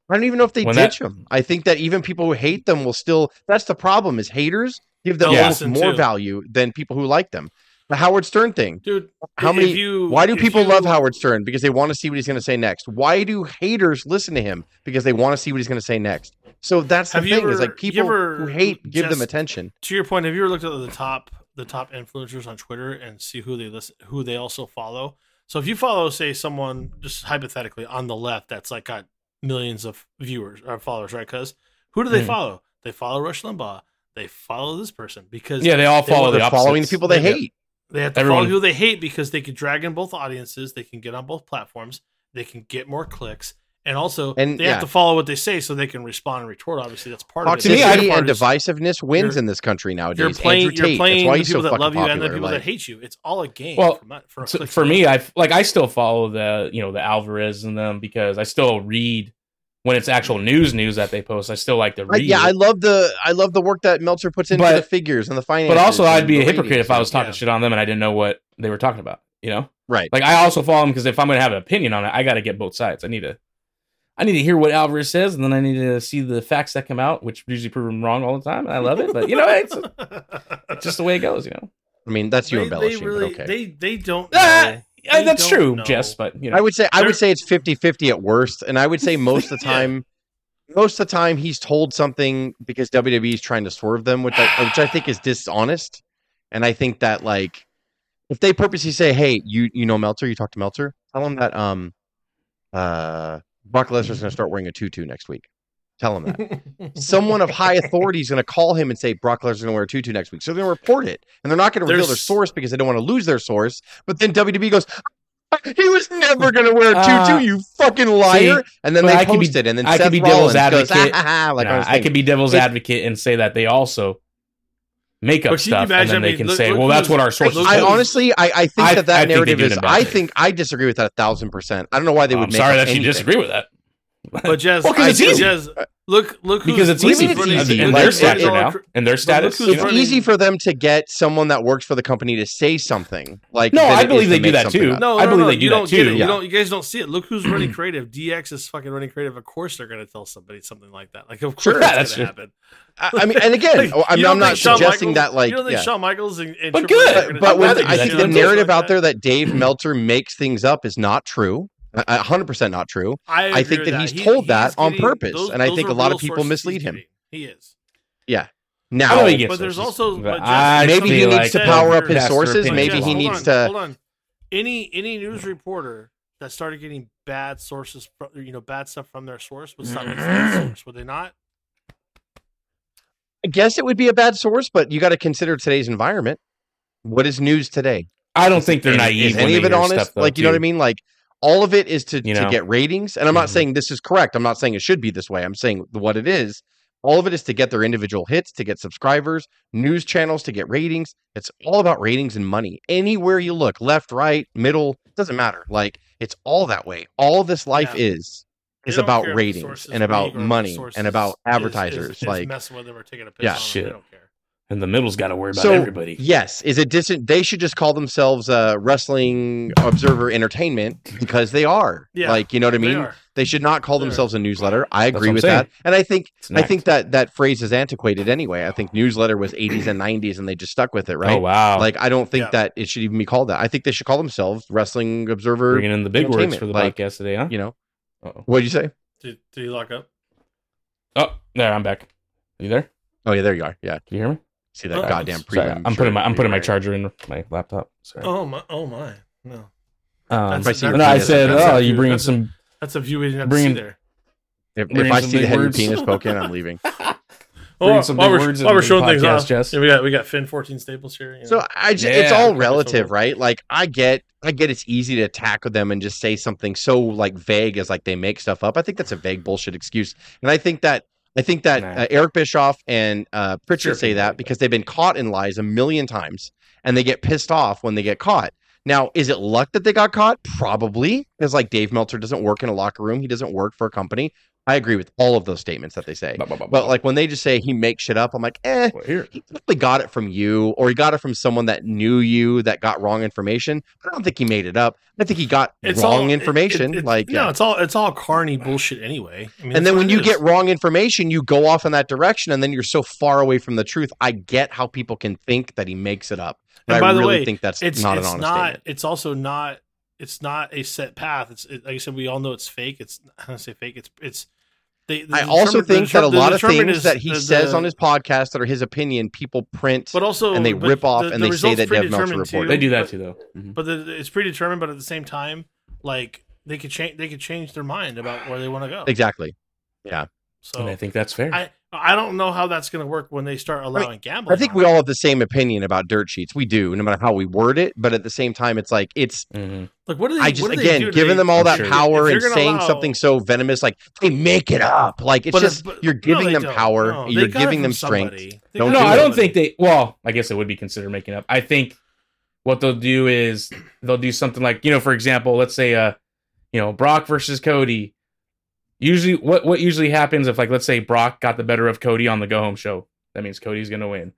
I don't even know if they when that- ditch them. I think that even people who hate them will still. That's the problem is haters give them They'll almost listen more too. value than people who like them. The Howard Stern thing. dude. How if many? You, why do if people you- love Howard Stern? Because they want to see what he's going to say next. Why do haters listen to him? Because they want to see what he's going to say next. So that's the Have you thing is ever- like you people ever who hate give them just- attention. To your point, have you ever looked at the top the top influencers on Twitter and see who they listen who they also follow? So if you follow, say, someone just hypothetically on the left that's like got millions of viewers or followers, right? Because who do they Hmm. Mhm. follow? They follow Rush Limbaugh. They follow this person because Yeah, they all They- follow Oh, They're the opposite. following the people they Yeah. hate. They have to Everyone- follow people they hate because they can drag in both audiences. They can get on both platforms. They can get more clicks, and also And, they yeah. have to follow what they say so they can respond and retort. Obviously, that's part of it. To me, Toxicity I- The other part and is divisiveness wins you're- in this country nowadays. You're playing. Andrew Tate, You're playing that's why the he's people so that fucking love you popular. and the people like, that hate you. It's all a game. Well, for, my- for, a So click for score. me, I like I still follow the you know the Alvarez and them because I still read when it's actual news news that they post. I still like to I- read. yeah, I it. love the I love the work that Meltzer puts into But- the figures and the finances. but also I'd and be a the hypocrite ratings. if I was talking yeah. shit on them and I didn't know what they were talking about. You know, right. like I also follow them because if I'm gonna have an opinion on it, I got to get both sides. I need to, I need to hear what Alvarez says, and then I need to see the facts that come out, which usually prove him wrong all the time. And I love it, but you know, it's, it's just the way it goes. You know, I mean, that's you They- embellishing. They, really, but okay. they they don't. Ah, know. Yeah, They that's don't true, know. Jess. But you know, I would say I There- would say it's 50-50 at worst, and I would say most of the Yeah. time, most of the time he's told something because WWE is trying to swerve them, which I, which I think is dishonest, and I think that like if they purposely say, "Hey, you you know Meltzer, you talk to Meltzer," tell him that um uh Brock Lesnar's going to start wearing a tutu next week. Tell him that someone of high authority is going to call him and say Brock Lesnar's going to wear a tutu next week. So they're going to report it, and they're not going to reveal their There's- source because they don't want to lose their source. But then WWE goes, "Ah, "He was never going to wear a tutu, Uh, you fucking liar!" and then but they I could be- post it, and then I could Seth be devil's Rollins goes, "Ah, advocate. ha, ha," like Nah, on his I thing. could be devil's It- advocate and say that they also make up But can you stuff, and imagine, then I they mean, can look- say, look "Well, who's- that's what our sources." look I say." who's- honestly, I, I think I- I that that think they narrative do it is. in bad I faith. think I disagree with that a thousand percent. I don't know why they would. I'm make sorry up that you anything. disagree with that. But Jess, Well, 'cause I- it's easy. Jess, look, look, who's- because it's look easy, who's it's running- easy. in look Like, their who's stature running now, all- and their status. who's you It's know? running- easy for them to get someone that works for the company to say something. Like No, than I it is believe to they do make that something too. up. No, I no, believe no, they do you that don't too. Get it. Yeah. You don't. You guys don't see it. Look who's running creative. DX is fucking running creative. Of course they're gonna tell somebody something like that. Like of course Sure, yeah, that's that's gonna true. happen. I, I mean, and again, Like, I you mean, don't I'm not think Shawn suggesting Michaels- that like. you don't think yeah. Shawn Michaels and, and But Triple H good. are gonna but, but do when, that? I You think know, the things like narrative out that. there that Dave Meltzer makes things up is not true. A- a hundred percent not true. I, think agree that with he's told that on getting- purpose, and I those think are a lot real of people sources mislead he's him. getting. He is. I Now, don't think he gets But there's sources, also- but but I Jesse- maybe he feel needs like to that's power their up his best sources, opinion maybe is Jess, he wrong. hold needs on, to- Hold on. Any any news reporter that started getting bad sources, fro- you know, bad stuff from their source would stop being their source. Would they not? I guess it would be a bad source, but you got to consider today's environment. What is news today? I don't think they're Is- naive. Is when any they of it hear honest? Stuff, though, like, you know what I too. mean? Like, all of it is to, You to know? get ratings. And I'm not Mhm. saying this is correct. I'm not saying it should be this way. I'm saying what it is. All of it is to get their individual hits, to get subscribers, news channels, to get ratings. It's all about ratings and money. Anywhere you look, left, right, middle, doesn't matter. Like, it's all that way. All this life Yeah. is They is don't about care if the ratings source is and about big or if the money source and is- about is- is- advertisers. is like, messing with them or taking a piss Yeah. on them. Shit. They don't care. and the middle's got to worry about So- everybody. Yes, is it distant? They should just call themselves uh, Wrestling Observer Entertainment because they are. Yeah, like you know what I They mean. are. They should not call They are. themselves a newsletter. I what agree I'm with saying. that, and I think It's I next. think that that phrase is antiquated anyway. I think newsletter was 80s and 90s, and they just stuck with it, right? Oh wow! Like Like I don't think Yeah. that it should even be called that. I think they should call themselves Wrestling Observer. bringing in the big words entertainment, for the like, podcast today, huh? You know Uh-oh. what would you say? Did, did he lock up? Oh, there I'm back. Are you there? Can Oh yeah, there you are. Yeah, you hear me? see that Oh, goddamn Sorry, prelim. I'm putting my shirt I'm putting my you're charger in my laptop. Sorry. Oh my! Oh my! No. Um, If I see no, your I penis, said, that's oh, Oh, not you true. bringing That's- some. That's a view we didn't have Bringing- to see there. If, Bring if I some see the big head words. and penis poking, I'm leaving. Bring Well, some while big we're, words while into we're the showing things podcast, off, Jess. yeah, we got we got Finn fourteen staples here. you know. So I, j- it's Yeah, all okay, relative, so- right? Like I get, I get it's easy to tackle them and just say something so like vague as like they make stuff up. I think that's a vague bullshit excuse, and I think that I think that Nah. uh, Eric Bischoff and uh, Pritchard Sure. say that because they've been caught in lies a million times, and they get pissed off when they get caught. Now, is it luck that they got caught? Probably, because like Dave Meltzer doesn't work in a locker room. He doesn't work for a company. I agree with all of those statements that they say. But like when they just say he makes shit up, I'm like, eh, Well, here. he probably got it from you or he got it from someone that knew you that got wrong information. But I don't think he made it up. I think he got wrong all- it- information. it- it- like, no, yeah. it's all it's all carny bullshit anyway. I mean, that's and then what when it you is. get wrong information, you go off in that direction and then you're so far away from the truth. I get how people can think that he makes it up. But And by I the really way, think that's it's not it's an honest not statement. it's also not it's not a set path. It's it, like I said, we all know it's fake. It's I don't say fake. It's it's. They, the I also determin- the think that a determin- the lot of determin things is that he the- says the- on his podcast that are his opinion, people print. but also and they but rip off and they say results that Dev Meltzer predetermined reported. They do that but- too, though. Mhm. But the, it's predetermined. But at the same time, like they could change they could change their mind about where they want to go. exactly. So And I think that's fair. I I don't know how that's going to work when they start allowing I gambling. think on we it. all have the same opinion about dirt sheets. We do, no matter how we word it. But at the same time, it's like it's Mhm. like what do they I what just do they again do to giving make- them all I'm that sure. power If and you're gonna saying allow- something so venomous, like they make it up. Like it's But uh, just but- you're no, giving they them don't. power. No, they you're got it giving from them somebody. strength. They Don't No, got it do I from don't somebody. think they. Well, I guess it would be considered making up. I think what they'll do is they'll do something like you know, for example, let's say uh, you know, Brock versus Cody. Usually, what what usually happens if like let's say Brock got the better of Cody on the go home show, that means Cody's gonna win.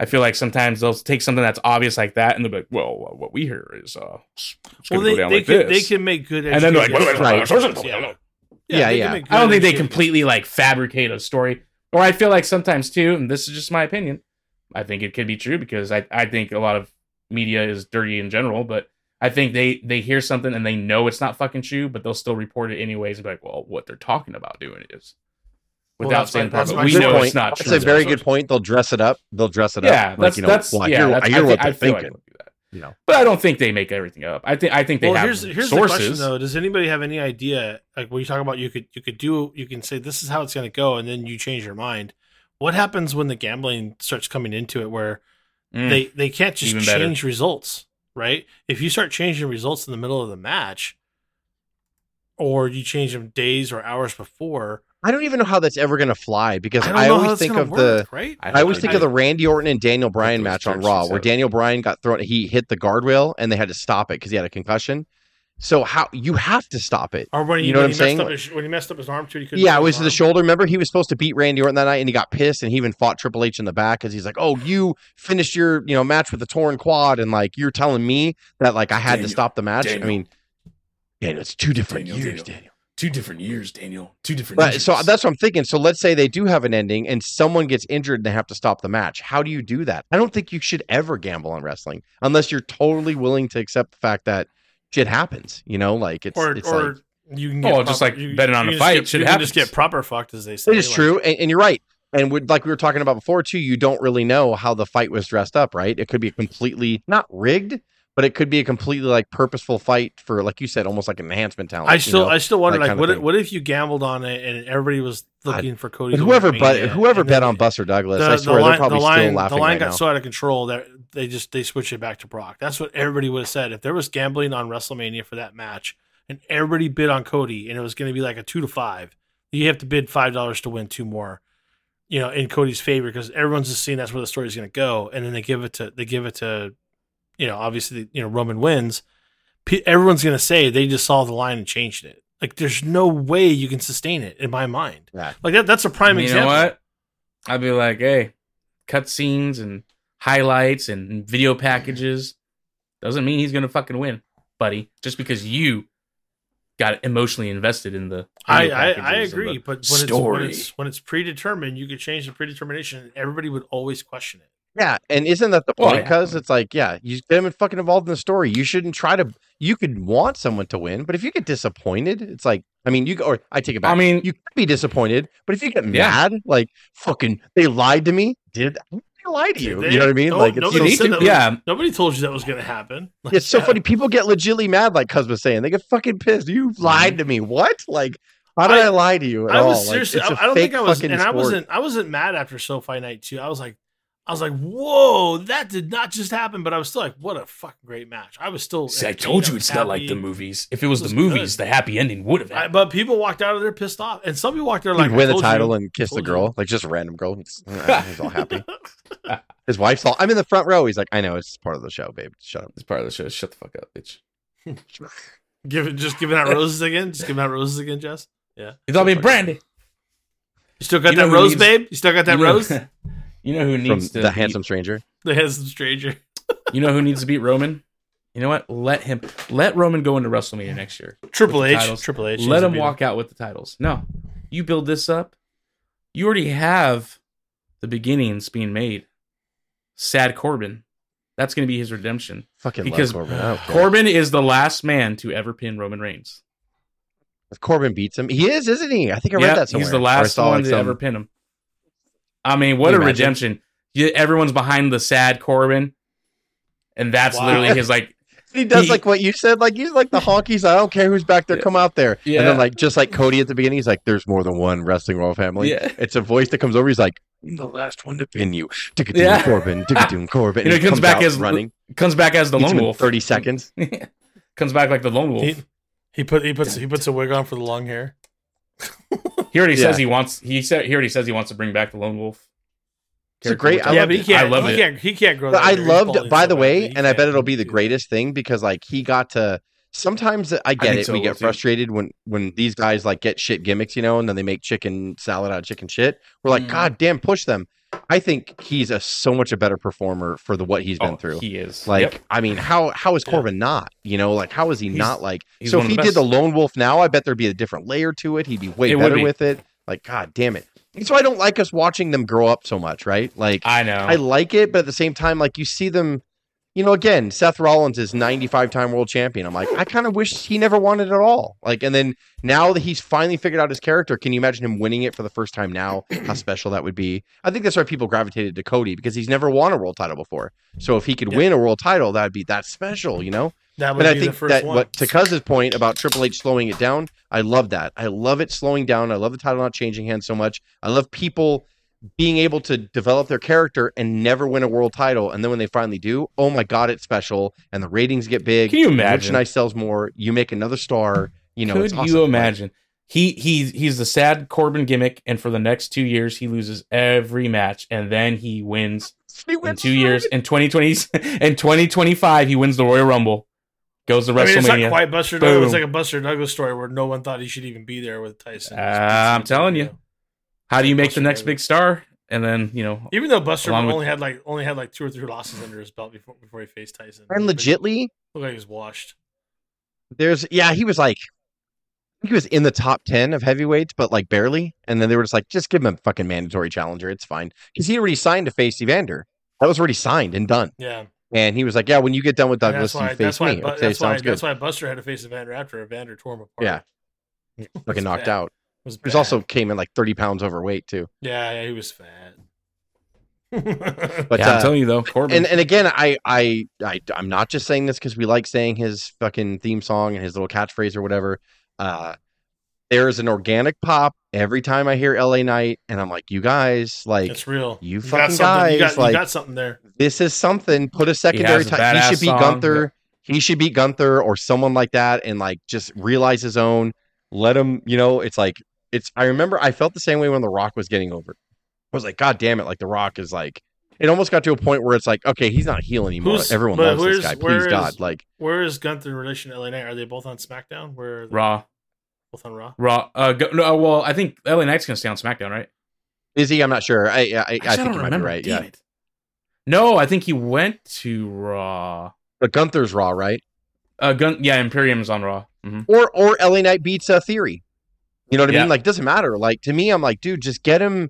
I feel like sometimes they'll take something that's obvious like that, and they'll be like, "Well, uh, what we hear is uh, it's Well, gonna they, go down they like can, this." They can make good. And then they're like, educated "Well, well, decisions." well, well, they Yeah, can yeah. make good I don't think they educated- completely like fabricate a story. Or I feel like sometimes too, and this is just my opinion. I think it could be true because I, I think a lot of media is dirty in general, but I think they they hear something and they know it's not fucking true, but they'll still report it anyways and be like, well, what they're talking about doing is Well, without that's saying my- the problem. that's my We Good know point. it's not That's true. a very good point. They'll dress it up. They'll dress it Yeah, up. that's you know, that's well, I yeah. hear- that's- I I hear thi- what I they're feel like thinking. they'll do that. You know. But I don't think they make everything up. I think I think they well, have here's sources. here's the question though. Does anybody have any idea? Like when you talk about you could you could do you can say this is how it's going to go, and then you change your mind. What happens when the gambling starts coming into it, where Mm. they they can't just Even change better. results, right? If you start changing results in the middle of the match, or you change them days or hours before, I don't even know how that's ever going to fly because I don't I, know how always that's think gonna of the. work, right. I always think of the Randy Orton and Daniel Bryan those match on jerks Raw, is where out. Daniel Bryan got thrown. He hit the guardrail, and they had to stop it because he had a concussion. So how you have to stop it? Or when he, you know when he what messed I'm saying? up his- when he messed up his arm too, he couldn't Yeah, it move his was the arm. shoulder. Remember, he was supposed to beat Randy Orton that night, and he got pissed, and he even fought Triple H in the back because he's like, "Oh, you finished your you know match with a torn quad, and like you're telling me that like I had to Daniel, stop the match." I Daniel. mean, Daniel, it's two different Daniel, years, Daniel. Daniel. Two different years, Daniel. Two different But years. so that's what I'm thinking. So let's say they do have an ending and someone gets injured and they have to stop the match. How do you do that? I don't think you should ever gamble on wrestling unless you're totally willing to accept the fact that shit happens. You know, like it's or it's or like you can Oh, get just proper- like betting on you a just fight, get- shit you can just happens. get proper fucked as they say. it is like- true, and, and you're right. And would like we were talking about before too, you don't really know how the fight was dressed up, right? It could be completely not rigged, but it could be a completely like purposeful fight for, like you said, almost like an enhancement talent. I you still, know? I still wonder, that like, kind of what if, thing. what if you gambled on it and everybody was looking for Cody? But to win whoever at but Mania, whover and bet then on Buster Douglas, the- I the swear line- they're probably the line, still laughing The line right got now. so out of control that they just they switched it back to Brock. That's what everybody would have said if there was gambling on WrestleMania for that match, and everybody bid on Cody, and it was going to be like a two to five. You have to bid five dollars to win two more, you know, in Cody's favor because everyone's just seeing that's where the story's going to go, and then they give it to they give it to, you know, obviously you know Roman wins. P- everyone's going to say they just saw the line and changed it. Like there's no way you can sustain it in my mind. Yeah. Like that, that's a prime you example. know what? I'd be like, hey, cutscenes and highlights and video packages doesn't mean he's gonna fucking win, buddy. Just because you got emotionally invested in the I, video I, I packages and agree, the- but when it's, when story. it's when it's predetermined, you could change the predetermination, and everybody would always question it. Yeah, and isn't that the Oh, Well, point? yeah. Because it's like, yeah, you get them fucking involved in the story. You shouldn't try to. You could want someone to win, but if you get disappointed, it's like, I mean, you or I take it back. I mean, you could be disappointed, but if you get Yeah. mad, like fucking, they lied to me. Did I they lie to Did you. they? You know what I mean? No- like it's, nobody you said need that to- was- yeah. Nobody told you that was going to happen. Like, it's so yeah. funny. People get legitly mad, like Cuz was saying. They get fucking pissed. You lied to me. What? Like, how did I, Mm-hmm. I- lie to you at I all? was Like, seriously. it's a I, I don't think fake I was, fucking and I sport. wasn't. I wasn't mad after SoFi Night Two. I was like, I was like, whoa, that did not just happen. But I was still like, what a fucking great match. I was still. See, I entertained, told you was it's not like the happy. movies. If it was, It was the movies, good. the happy ending would have I, happened. but people walked out of there pissed off, and some people walked there He'd like I win the told title you. and kiss the Told you. girl, like just a random girl. It's- He's all happy. His wife's all. I'm in the front row. He's like, I know it's part of the show, babe. Shut up. It's part of the show. Shut the fuck up, bitch. Giving just giving out roses again. Just giving out roses again, Jess. It's all being brandy. You still got You know that who rose, needs- babe. You still got that You know- rose. you know who From needs to the beat- handsome stranger. the handsome stranger. You know who needs to beat Roman? You know what? Let him. Let Roman go into WrestleMania next year. Triple With the H. titles. Triple H. Let needs to him be walk out with the titles. No, you build this up. You already have the beginnings being made. Sad Corbin. That's going to be his redemption. Fucking Because love Corbin. I don't care. Corbin is the last man to ever pin Roman Reigns. If Corbin beats him. He is, isn't he? I think I Yeah, read that somewhere. he's the Or I last saw, one like, to some- ever pin him. I mean, what Can a you imagine? redemption! You, everyone's behind the sad Corbin, and that's Wow. literally his like. He does He- like what you said. Like he's like the honkies. I don't care who's back there. Yeah. Come out there. And Yeah. then like just like Cody at the beginning, he's like, "There's more than one wrestling royal family." Yeah. It's a voice that comes over. He's like, "I'm the last one to pin you." Tickadoom Yeah. Corbin. Tickadoom Corbin. You know, And he comes back out as running. Comes back as the Beats him lone in wolf. Thirty seconds. Comes back like the lone wolf. He, he put he puts he puts a wig on for the long hair. He already Yeah. says he wants. He said he already says he wants to bring back the lone wolf. It's a great- which I yeah, love but it. he can't. I love he it. Can't, he can't grow. But that I hair. He's loved, balding by so the bad, way, but he and I can't bet it'll be the do that. greatest thing because like he got to. Sometimes I get think it. so, we will get too. frustrated when when these guys like get shit gimmicks, you know, and then they make chicken salad out of chicken shit. We're like, Mhm. God damn, push them. I think he's a so much a better performer for the what he's been Oh, through. He is Like, Yep. I mean, how how is Yeah. Corbin not? You know, like how is he He's- not like? he's So if one of he the did best. the Lone Wolf now, I bet there'd be a different layer to it. He'd be way It would better be. with it. Like, God damn it. That's why I don't like us watching them grow up so much, right? Like, I know. I like it, but at the same time, like you see them, you know, again, Seth Rollins is 95 time world champion. I'm like, I kind of wish he never won it at all. Like, and then now that he's finally figured out his character, can you imagine him winning it for the first time now? How special that would be. I think that's why people gravitated to Cody because he's never won a world title before. So if he could Yeah. win a world title, that'd be that special, you know? That would But I be think the first that one. what to Cuz's point about Triple H slowing it down, I love that. I love it slowing down. I love the title not changing hands so much. I love people being able to develop their character and never win a world title, and then when they finally do, oh my god, it's special, and the ratings get big. Can you the imagine? Merchandise sells more. You make another star. You know, Could it's awesome. you Like, imagine? He he he's the sad Corbin gimmick, and for the next two years he loses every match, and then he wins he in wins two years. In twenty twenty in twenty twenty five, he wins the Royal Rumble, goes to I mean, it's not WrestleMania. quite Buster Douglas. It's Boom. like a Buster Douglas story where no one thought he should even be there with Tyson. Uh, I'm telling you. How do you make the Buster next Douglas. big star? And then you know, Even though Buster Along with- only had like only had like two or three losses under his belt before before he faced Tyson. And legitly, looked like he was washed. there's yeah, he was like. I think He was in the top ten of heavyweights, but like barely. And then they were just like, just give him a fucking mandatory challenger. It's fine because he already signed to face Evander. That was already signed and done. Yeah, And he was like, "Yeah, when you get done with And Douglas, that's why you that's face why, me." Bu- okay, that's, why sounds good. that's why Buster had to face Evander after Evander tore him apart. Yeah. It was Fucking knocked bad. out. It was He was bad. also came in like thirty pounds overweight too. yeah, yeah, he was fat. But yeah, uh, I'm telling you though, Corbin. and and again, I I I I'm not just saying this because we like saying his fucking theme song and his little catchphrase or whatever. Uh, there is an organic pop every time I hear LA Night, and I'm like, you guys, like it's real. you got fucking something- you got- guys, like- you got something there. this is something. Put a secondary a time. He badass should be song. Gunther. He should be Gunther or someone like that, and like just realize his own. Let him. You know, it's like it's. I remember I felt the same way when The Rock was getting over. I was like, God damn it! Like The Rock is like. It almost got to a point where it's like, okay, he's not heel anymore. Who's- Everyone but loves this where's- guy. where Please, is- God, like Where is Gunther in relation to LA Knight? Are they both on SmackDown? Where are they Raw, both on Raw? Raw. Uh, go, no, well, I think LA Knight's gonna stay on SmackDown, right? is he? I'm not sure. I I, I, Actually, think you might be right. Damn Yeah, it. No, I think he went to Raw. but Gunther's Raw, right? Uh, Gun. Yeah, Imperium's on Raw. Mhm. or or LA Knight beats uh, Theory. You know what I Yeah. mean? Like, doesn't matter. Like to me, I'm like, dude, just get him.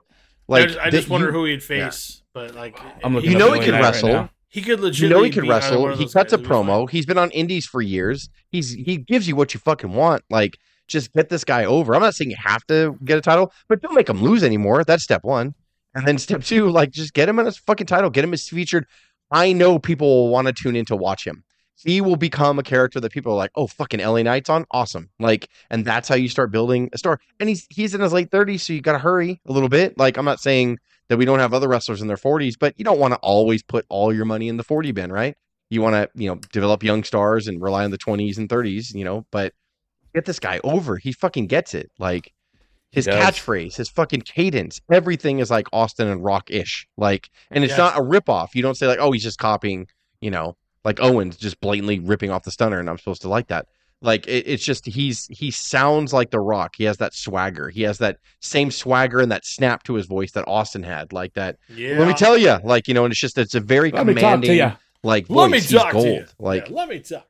Like, Like, I just, I that just wonder you- who he'd face, but like I'm looking. You up know LA he can Knight wrestle. Right now. He could legit. You know he can wrestle. He cuts a promo. He's been on indies for years. He's he gives you what you fucking want. Like, just get this guy over. I'm not saying you have to get a title, but don't make him lose anymore. That's step one. And then step two, like just get him in his fucking title, get him as featured. I know people will want to tune in to watch him. He will become a character that people are like, oh fucking LA Knight's on, awesome. Like, and that's how you start building a star. And he's he's in his late 30s, so you gotta hurry a little bit. Like, I'm not saying that we don't have other wrestlers in their 40s, but you don't want to always put all your money in the 40 bin, right? You want to, you know, develop young stars and rely on the 20s and 30s, you know, but get this guy over. He fucking gets it. Like his does. catchphrase, his fucking cadence, everything is like Austin and Rock ish. Like, and it's Yes. not a ripoff. You don't say like, oh, he's just copying, you know, like Owens just blatantly ripping off the stunner, and I'm supposed to like that. Like it, it's just he's he sounds like The Rock. He has that swagger. He has that same swagger and that snap to his voice that Austin had. Like that. Yeah. Let me tell you, like you know, and it's just it's a very Let me commanding, talk to you. like voice. Let me he's talk gold. to you. Like Yeah, let me talk.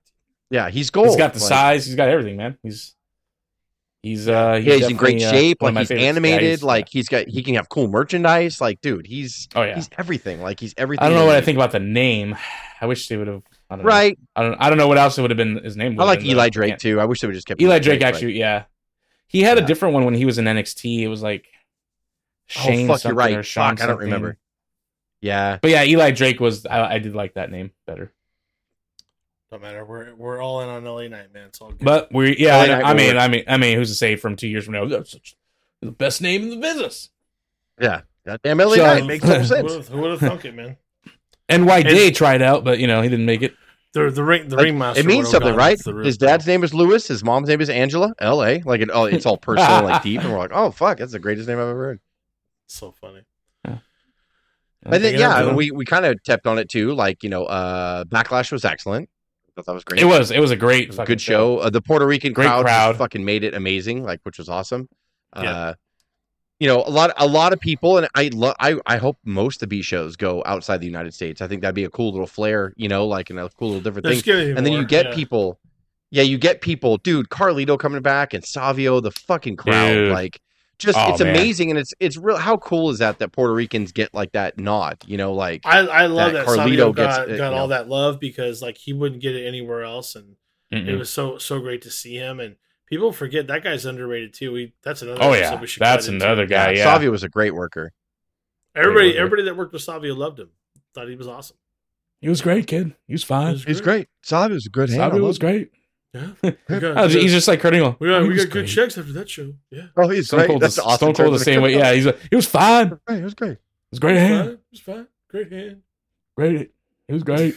yeah, he's gold. He's got the Like, size. He's got everything, man. He's he's uh Yeah, he's in definitely, great uh, shape. one of Like my he's favorites. Yeah, animated. he's- like he's got he can have cool merchandise. Like dude, he's yeah. oh yeah. he's everything. Like he's everything. I don't know you what I need. think about the name. I wish they would have. I don't know. Right. I don't. I don't know what else it would have been. His name. I would've like been, Eli though. Drake Yeah. too. I wish they would just kept Eli Drake but- actually, yeah. He had Yeah. Oh, a different one when he was in NXT. It was like Shane fuck, you're something right. or Sean Fuck, I don't something. remember. Yeah. But yeah, Eli Drake was. I, I did like that name better. Don't matter. We're we're all in on LA Night, man. It's all good. But we, yeah. LA I, know- Knight I will mean, work. I mean, I mean, who's to say from two years from now? That's such- the best name in the business. Yeah. Goddamn LA So- Knight makes total Who sense. would've- Who would have thunk it, man? NYJ tried out, but you know he didn't make it. The the ring the Like, ringmaster. It means would've something, gone right? through the roof, His dad's name is Lewis. His mom's name is Angela. L.A. Like it, oh, it's all personal, like deep, and we're like, oh fuck, that's the greatest name I've ever heard. So funny. But then, Thinking yeah, of I mean, doing- we we kind of tapped on it too. Like you know, uh, Backlash was excellent. I thought that was great. it was it was a great It was a fucking good show. Uh, the Puerto Rican Great crowd, just crowd. fucking made it amazing, like which was awesome. Yeah. Uh, you know, a lot a lot of people, and I love. I I hope most of the B shows go outside the United States. I think that'd be a cool little flair, you know, like and a cool little different There's thing. gonna be And then you more, get yeah. people. Yeah, you get people, dude. Carlito coming back and Savio, the fucking crowd, Dude. like just Oh, it's man. amazing, and it's it's real. How cool is that? That Puerto Ricans get like that nod, you know, like I, I love that, that Carlito Savio gets got, it, got you all know. that love because like he wouldn't get it anywhere else and it Mm-hmm. Mm-mm. was so so great to see him and people forget that guy's underrated too. We that's another Oh episode yeah, we should that's cut into. another guy. Yeah, Savio was a great worker. Everybody Great worker. everybody that worked with Savio loved him. Thought he was awesome. he was great, kid. He was fine. He was great. Savio was a good hand. I Sabu loved was great. Yeah. I We got, was- we he's got, just like Kurt Angle. we got, He we was got good great. checks after that show. Yeah. Oh, he's Stone great. Cold, That's the, the Austin Stone Cold the Terry. same way. Yeah, he's a, he was fine. It Hey, it was great. was great It's hand. fine. It's fine. Great hand. Great. He was great.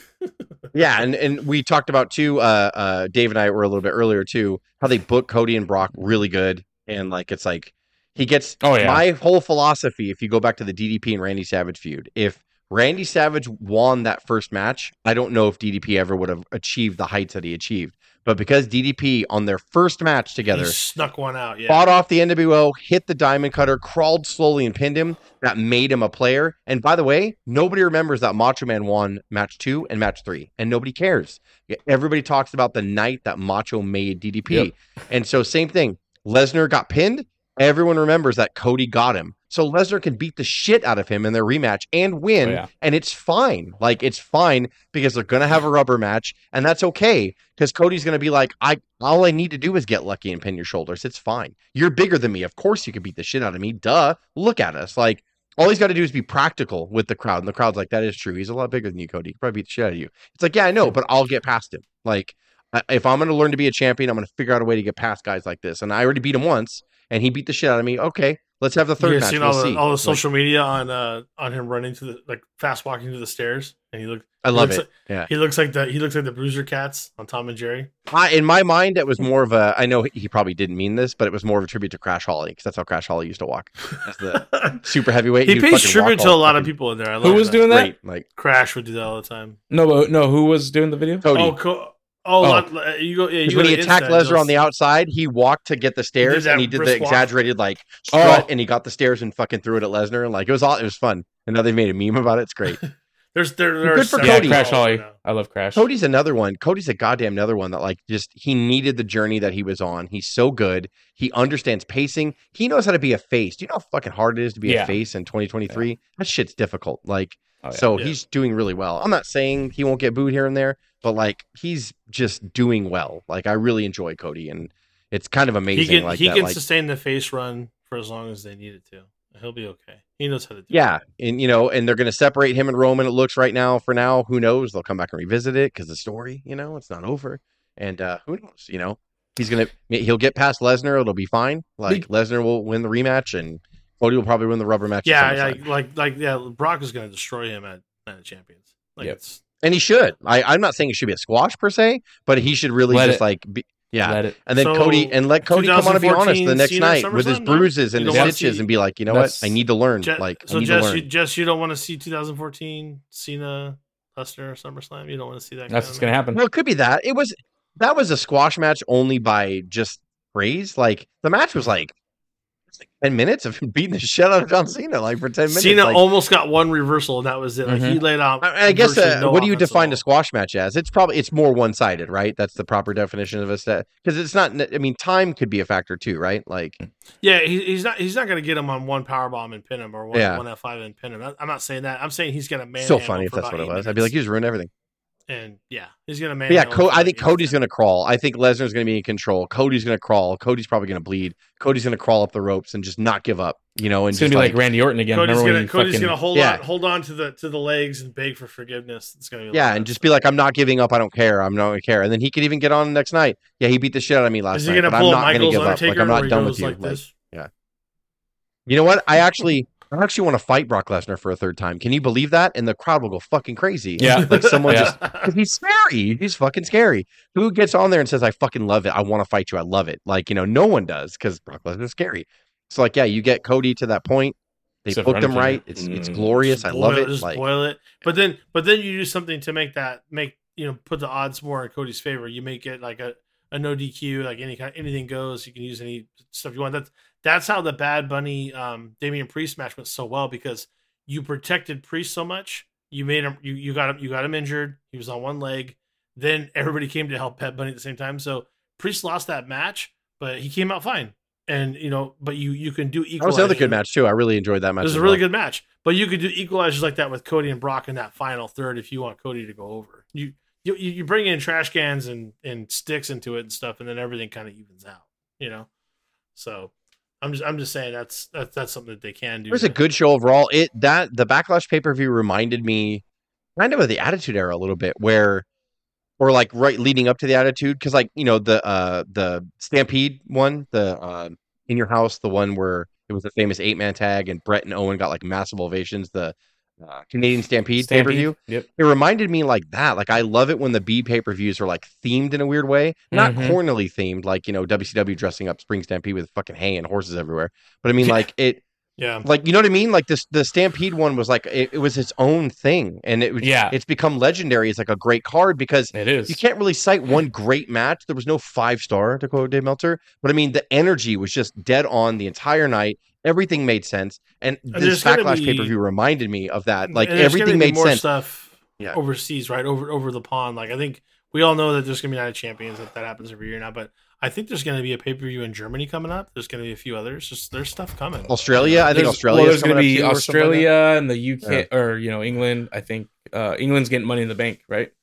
Yeah, and, and we talked about too. Uh, uh, Dave and I were a little bit earlier too. How they book Cody and Brock really good, and like it's like he gets Oh yeah. my whole philosophy. If you go back to the DDP and Randy Savage feud, if Randy Savage won that first match, I don't know if DDP ever would have achieved the heights that he achieved. But because DDP on their first match He together snuck one out. Yeah. fought off the NWO, hit the diamond cutter, crawled slowly and pinned him. That made him a player. And by the way, nobody remembers that Macho Man won match two and match three, and nobody cares. Everybody talks about the night that Macho made DDP. And so, same thing. Lesnar got pinned. Everyone remembers that Cody got him. So Lesnar can beat the shit out of him in their rematch and win, Oh, yeah. and it's fine. Like it's fine because they're gonna have a rubber match, and that's okay because Cody's gonna be like, I all I need to do is get lucky and pin your shoulders. It's fine. You're bigger than me. Of course you can beat the shit out of me. Duh. Look at us. Like all he's got to do is be practical with the crowd, and the crowd's like, "That is true. He's a lot bigger than you, Cody. He could probably beat the shit out of you." It's like, "Yeah, I know, but I'll get past him." Like I- if I'm going to learn to be a champion, I'm going to figure out a way to get past guys like this. And I already beat him once, and he beat the shit out of me. Okay, let's have the You third guys match. seen We'll all the see. all the Like, social media on uh on him running to the like fast walking to the stairs and he looked I love looks it. like- yeah. He looks like the he looks like the Bruiser Cats on Tom and Jerry. I, in my mind, it was more of a. I know he probably didn't mean this, but it was more of a tribute to Crash Holly because that's how Crash Holly used to walk. As the super heavyweight. he would pays fucking walk tribute to a all lot of fucking people in there. I Who love was that. doing that? Great, like Crash would do that all the time. No, but no. Who was doing the video? Cody. Oh, co- oh, Oh. lot- uh, you go. Yeah, you Because go when to he attacked Insta, Lesnar on the you'll- outside, he walked to get the stairs, that and he did the wrist walk. exaggerated like Oh. strut, and he got the stairs and fucking threw it at Lesnar, and like it was all it was fun. And now they've made a meme about it. It's great. There's there, there are Good for several Yeah, Cody. Crash people Holly. now. I love Crash. Cody's another one. Cody's a goddamn another one that like just he needed the journey that he was on. He's so good. He understands pacing. He knows how to be a face. Do you know how fucking hard it is to be Yeah. a face in 2023? That shit's difficult. Like Oh, yeah. so Yeah. he's doing really well. I'm not saying he won't get booed here and there, but like he's just doing well. Like I really enjoy Cody and it's kind of amazing He can like he that. can like sustain the face run for as long as they need it to. He'll be okay. He knows how to do Yeah, and you know, and they're going to separate him and Roman. It looks right now. For now, who knows? They'll come back and revisit it because the story, you know, it's not over. And uh who knows? You know, he's gonna he'll get past Lesnar. It'll be fine. Like Lesnar will win the rematch, and Cody will probably win the rubber match. at Yeah, SummerSlam. yeah, like, like like yeah, Brock is going to destroy him at Night of Champions. Like Yep. it's and he should. I, I'm not saying it should be a squash per se, but he should really Let just it. like be, yeah. Let it. and then So, Cody and let Cody come on and be 2014 honest the next Cena night with his SummerSlam? bruises and You his don't wanna stitches see- and be like, you know That's- what? I need to learn. Je- like, I so need to Jess, learn. you, Jess, you don't want to see 2014 Cena Lesnar or SummerSlam. You don't want to see that. That's what's gonna happen. Well, it could be that. It was that was a squash match only by just praise. Like the match was like, it's like ten minutes of him beating the shit out of John Cena, like for ten minutes. Cena like, Mm-hmm. almost got one reversal, and that was it. Like he laid out. I, I guess virtually uh, no what do you offense at define a all. squash match as? It's probably it's more one sided, right? That's the proper definition of a set because it's not. I mean, time could be a factor too, right? Like Yeah, he, he's not. He's not going to get him on one power bomb and pin him, or one, Yeah. one F five and pin him. I, am not saying that. I'm saying he's going to man. so funny if that's what it was. I'd be like, you just ruined everything. and yeah, he's going to man. But yeah, Co- I think Cody's going to crawl. I think Lesnar's going to be in control. Cody's going to crawl. Cody's probably going to bleed. Cody's going to crawl up the ropes and just not give up. You know, and It's gonna be just like, like, Randy Orton again. Cody's Remember when gonna he Cody's fucking- gonna hold Yeah. on hold on to the to the legs and beg for forgiveness. It's gonna be yeah, like and that. just be like, I'm not giving up. I don't care. I'm not gonna care. And then he could even get on next night. Yeah, he beat the shit out of me last Is night. he gonna "Ah, But I'm pull not gonna Michael's give up. Undertaker? Like I'm where not he done goes with you. Like Like, this? you know what? I actually, I actually want to fight Brock Lesnar for a third time. Can you believe that? And the crowd will go fucking crazy. Yeah. like someone Yeah. just. 'cause He's scary. He's fucking scary. Who gets on there and says, "I fucking love it. I want to fight you. I love it." Like you know, no one does because Brock Lesnar's scary. So like, yeah, you get Cody to that point. They Except for booked him Undertaker. right. It's it's Mm. glorious. Just I love boil- it. Just Like boil it. But then, but then you do something to make that make you know put the odds more in Cody's favor. You make it like a a no DQ, like any kind anything goes. You can use any stuff you want. That's that's how the Bad Bunny um Damian Priest match went so well because you protected Priest so much. You made him. You you got him. You got him injured. He was on one leg. Then everybody came to help Bad Bunny at the same time. So Priest lost that match, but he came out fine. And you know, but you you can do equal. that was another good match too. I really enjoyed that match. It was as a really well. good match, but you could do equalizers like that with Cody and Brock in that final third if you want Cody to go over. You you, you you bring in trash cans and and sticks into it and stuff, and then everything kind of evens out, you know. So I'm just I'm just saying that's that's that's something that they can do. It was a good show overall. It that the Backlash pay per view reminded me kind of of the Attitude Era a little bit, where or like right leading up to the Attitude, because like you know the uh the Stampede one, the uh, in your house, the one where it was the famous eight man tag, and Brett and Owen got like massive ovations. The uh, Canadian Stampede pay per Stampede. view Yep. it reminded me like that. Like I love it when the B pay per views are like themed in a weird way, not Mhm. cornily themed, like you know WCW dressing up Spring Stampede with fucking hay and horses everywhere. But I mean, like it, yeah. like you know what I mean? Like this, the Stampede one was like it, it was its own thing, and it was- Yeah. it's become legendary. It's like a great card because It is. you can't really cite one great match. There was no five star to quote Dave Meltzer, but I mean the energy was just dead on the entire night. Everything made sense, and there's this gonna backlash be- pay per view reminded me of that. Like And there's gonna everything be made more sense. Stuff Yeah. overseas, right over over the pond. Like I think we all know that there's gonna be Night of Champions that that happens every year now, but I think there's gonna be a pay per view in Germany coming up. There's gonna be a few others. Just there's stuff coming. Australia, I think There's- Australia. Well, there's going to be Australia and the UK or you know England. I think uh, England's getting Money in the Bank, right?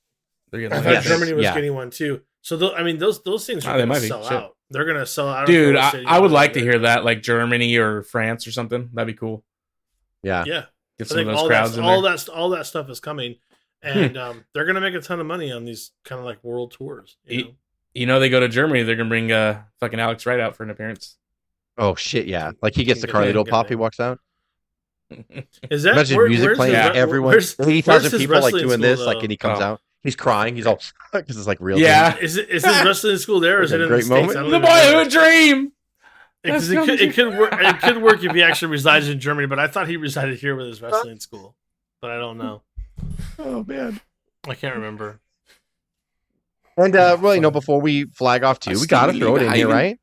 They're I getting thought money in Yes. the bank. Germany was Yeah. getting one too. So tho- I mean, those those things are Oh, they going might to be. sell Shit. out. They're going to sell out. I don't care Dude, what I, city I would they're like to in. hear that, like Germany or France or something. That'd be cool. Yeah. Yeah, Get I some of think those all crowds that in all there. Hmm. that st- all that stuff is coming, and um, they're going to make a ton of money on these kind of like world tours. You E- know? You know, they go to Germany, they're gonna bring uh, fucking Alex Wright out for an appearance. Oh shit, yeah. Like he gets the Good car, they thing, do good pop, he thing. walks out. Is that Imagine where- music where's playing, his- yeah, to everyone, where's- eighty thousand his people like wrestling doing this, school, like, E though? and he comes Oh. out, he's crying, he's all because it's like real. yeah, Is it is this wrestling school there? Or is it Like a in great the States? moment? I don't the even know. boyhood dream. Because it could, it could work. It could work if he actually resides in Germany. But I thought he resided here with his wrestling school. But I don't know. Oh man. I can't remember. And uh, well, you know, before we flag off too, we gotta throw it in here, right?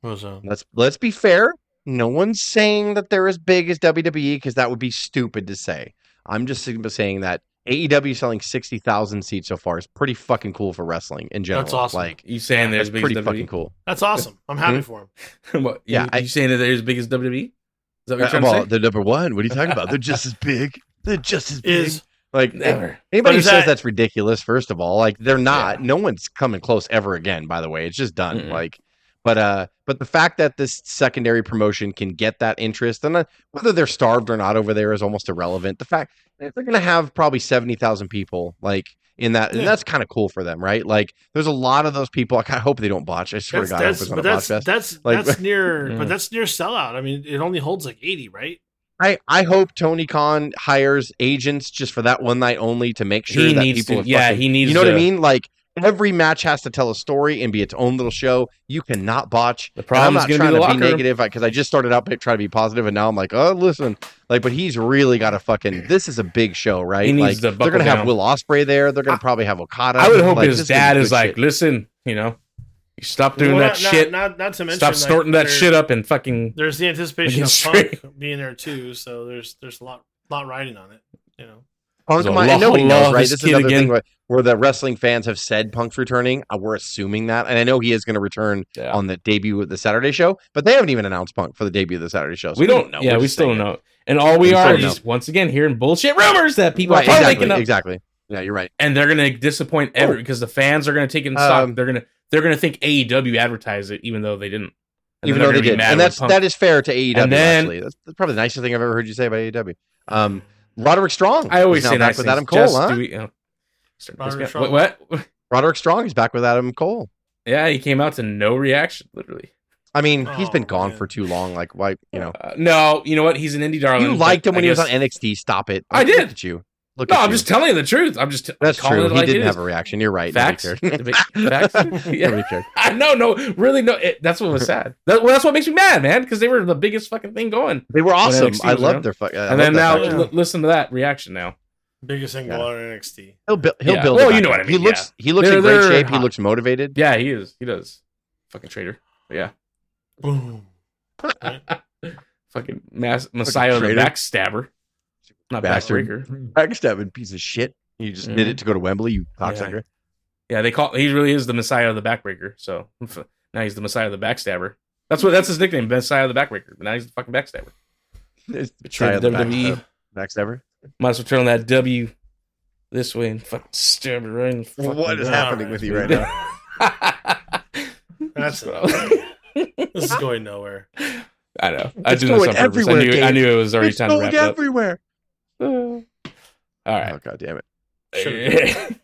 What was uh, that? Let's let's be fair. No one's saying that they're as big as WWE because that would be stupid to say. I'm just sim- saying that AEW selling sixty thousand seats so far is pretty fucking cool for wrestling in general. awesome. Like You saying they're that's as big as pretty fucking E? WWE? cool. That's awesome. I'm Hmm? happy for him. What, you, Yeah, I- you saying that they're as big as WWE? Is that what you're Uh, trying well, to say? they're number one. What are you talking about? They're just as big. They're just as big. Is like Never. anybody But who is says that- that's ridiculous, first of all, like they're not. No one's coming close ever again. By the way, it's just done. Mm-mm. Like, But uh, but the fact that this secondary promotion can get that interest, and uh, whether they're starved or not over there is almost irrelevant. The fact that they're going to have probably seventy thousand people, like in that, Yeah. and that's kind of cool for them, right? Like, there's a lot of those people. I kinda hope they don't botch. I swear That's, to God, I hope that's, it's but not a botch that's fest. that's Like- that's near, Yeah. but that's near sellout. I mean, it only holds like eighty, right? I, I hope Tony Khan hires agents just for that one night only to make sure he that needs people to. are Yeah, fucking- he needs. you know what I to- mean? Like every match has to tell a story and be its own little show. You cannot botch. The And I'm problem's not going to be trying the to be locker room. negative because I just started out by- trying to be positive, and now I'm like, oh, listen, like, but he's really got to fucking. This is a big show, right? He needs like, to they're buckle gonna have down. Will Osprey there. They're gonna probably have Okada. I would hope Like, his this gonna dad be is good like, shit. listen, you know, you stop doing Well, that not, shit. Not, not, not to mention, stop like, snorting that there- shit up and fucking. There's the anticipation of Against Punk being there too, so there's there's a lot lot riding on it. You know, Punk There's a might, I know lot he of knows, love right? this This is kid another again. thing where, where the wrestling fans have said Punk's returning. Uh, We're assuming that, and I know he is going to return Yeah. on the debut of the Saturday show, but they haven't even announced Punk for the debut of the Saturday show. so we don't know. Yeah, We're we just still saying don't it. know. And all we We are still is don't just once again hearing bullshit rumors that people Right, are probably exactly, making up. exactly. Yeah, you're right. And they're gonna disappoint every because the fans are gonna take it in stock. Um, they're gonna they're gonna think AEW advertised it even though they didn't. And Even then though they're they gonna be did, mad and with that's Punk. that is fair to AEW. And then- actually, that's, that's probably the nicest thing I've ever heard you say about AEW. Um, Roderick Strong. I always is now say back nice with things. Adam Cole. Just huh? do we- you know, start- Roderick let's go- Strong. what, what? Roderick Strong is back with Adam Cole. Yeah, he came out to no reaction, literally. I mean, he's been Oh, gone man. for too long. Like, why? You know, Uh, no, you know what? He's an indie darling. you liked but him when I he was guess- on NXT. Stop it. I Look did. at you. Look. No, at I'm you. just telling you the truth. I'm just t- That's calling true. it He like didn't it is. have a reaction. You're right. Facts. Nobody The cared. big facts. Yeah. Nobody cared. I know, no, really, no. It, that's what was sad. That, well, that's what makes me mad, man, because they were the biggest fucking thing going. They were awesome. NXT I was loved around. their fucking. and then now, fact. l- listen to that reaction now. biggest thing Yeah. going on in NXT. he'll build. He'll Yeah. build. Well, it you back know what up. I He mean, looks. He looks They're- in great they're shape. He hot. looks motivated. Yeah, he is. He does. Fucking traitor. But yeah. Boom. Right. fucking mas- Messiah the traitor. backstabber. Not Bastard. backbreaker. Backstabbing piece of shit. You just did Mm-hmm. it to go to Wembley. You cocksucker. Yeah, they call he really is the Messiah of the backbreaker. So now he's the Messiah of the backstabber. That's what that's his nickname, Messiah of the backbreaker. But now he's the fucking backstabber. E It's Betrayed Messiah the WWE. backstab- Backstabber. Might as well turn that W this way and fucking stab it right in the fucking What is back. happening with you right now? That's This is going nowhere. I know. I It's did this on going purpose. I everywhere, knew, I Dave. knew it was already It's time to going wrap it up. everywhere. All right. Oh god damn it! Should've-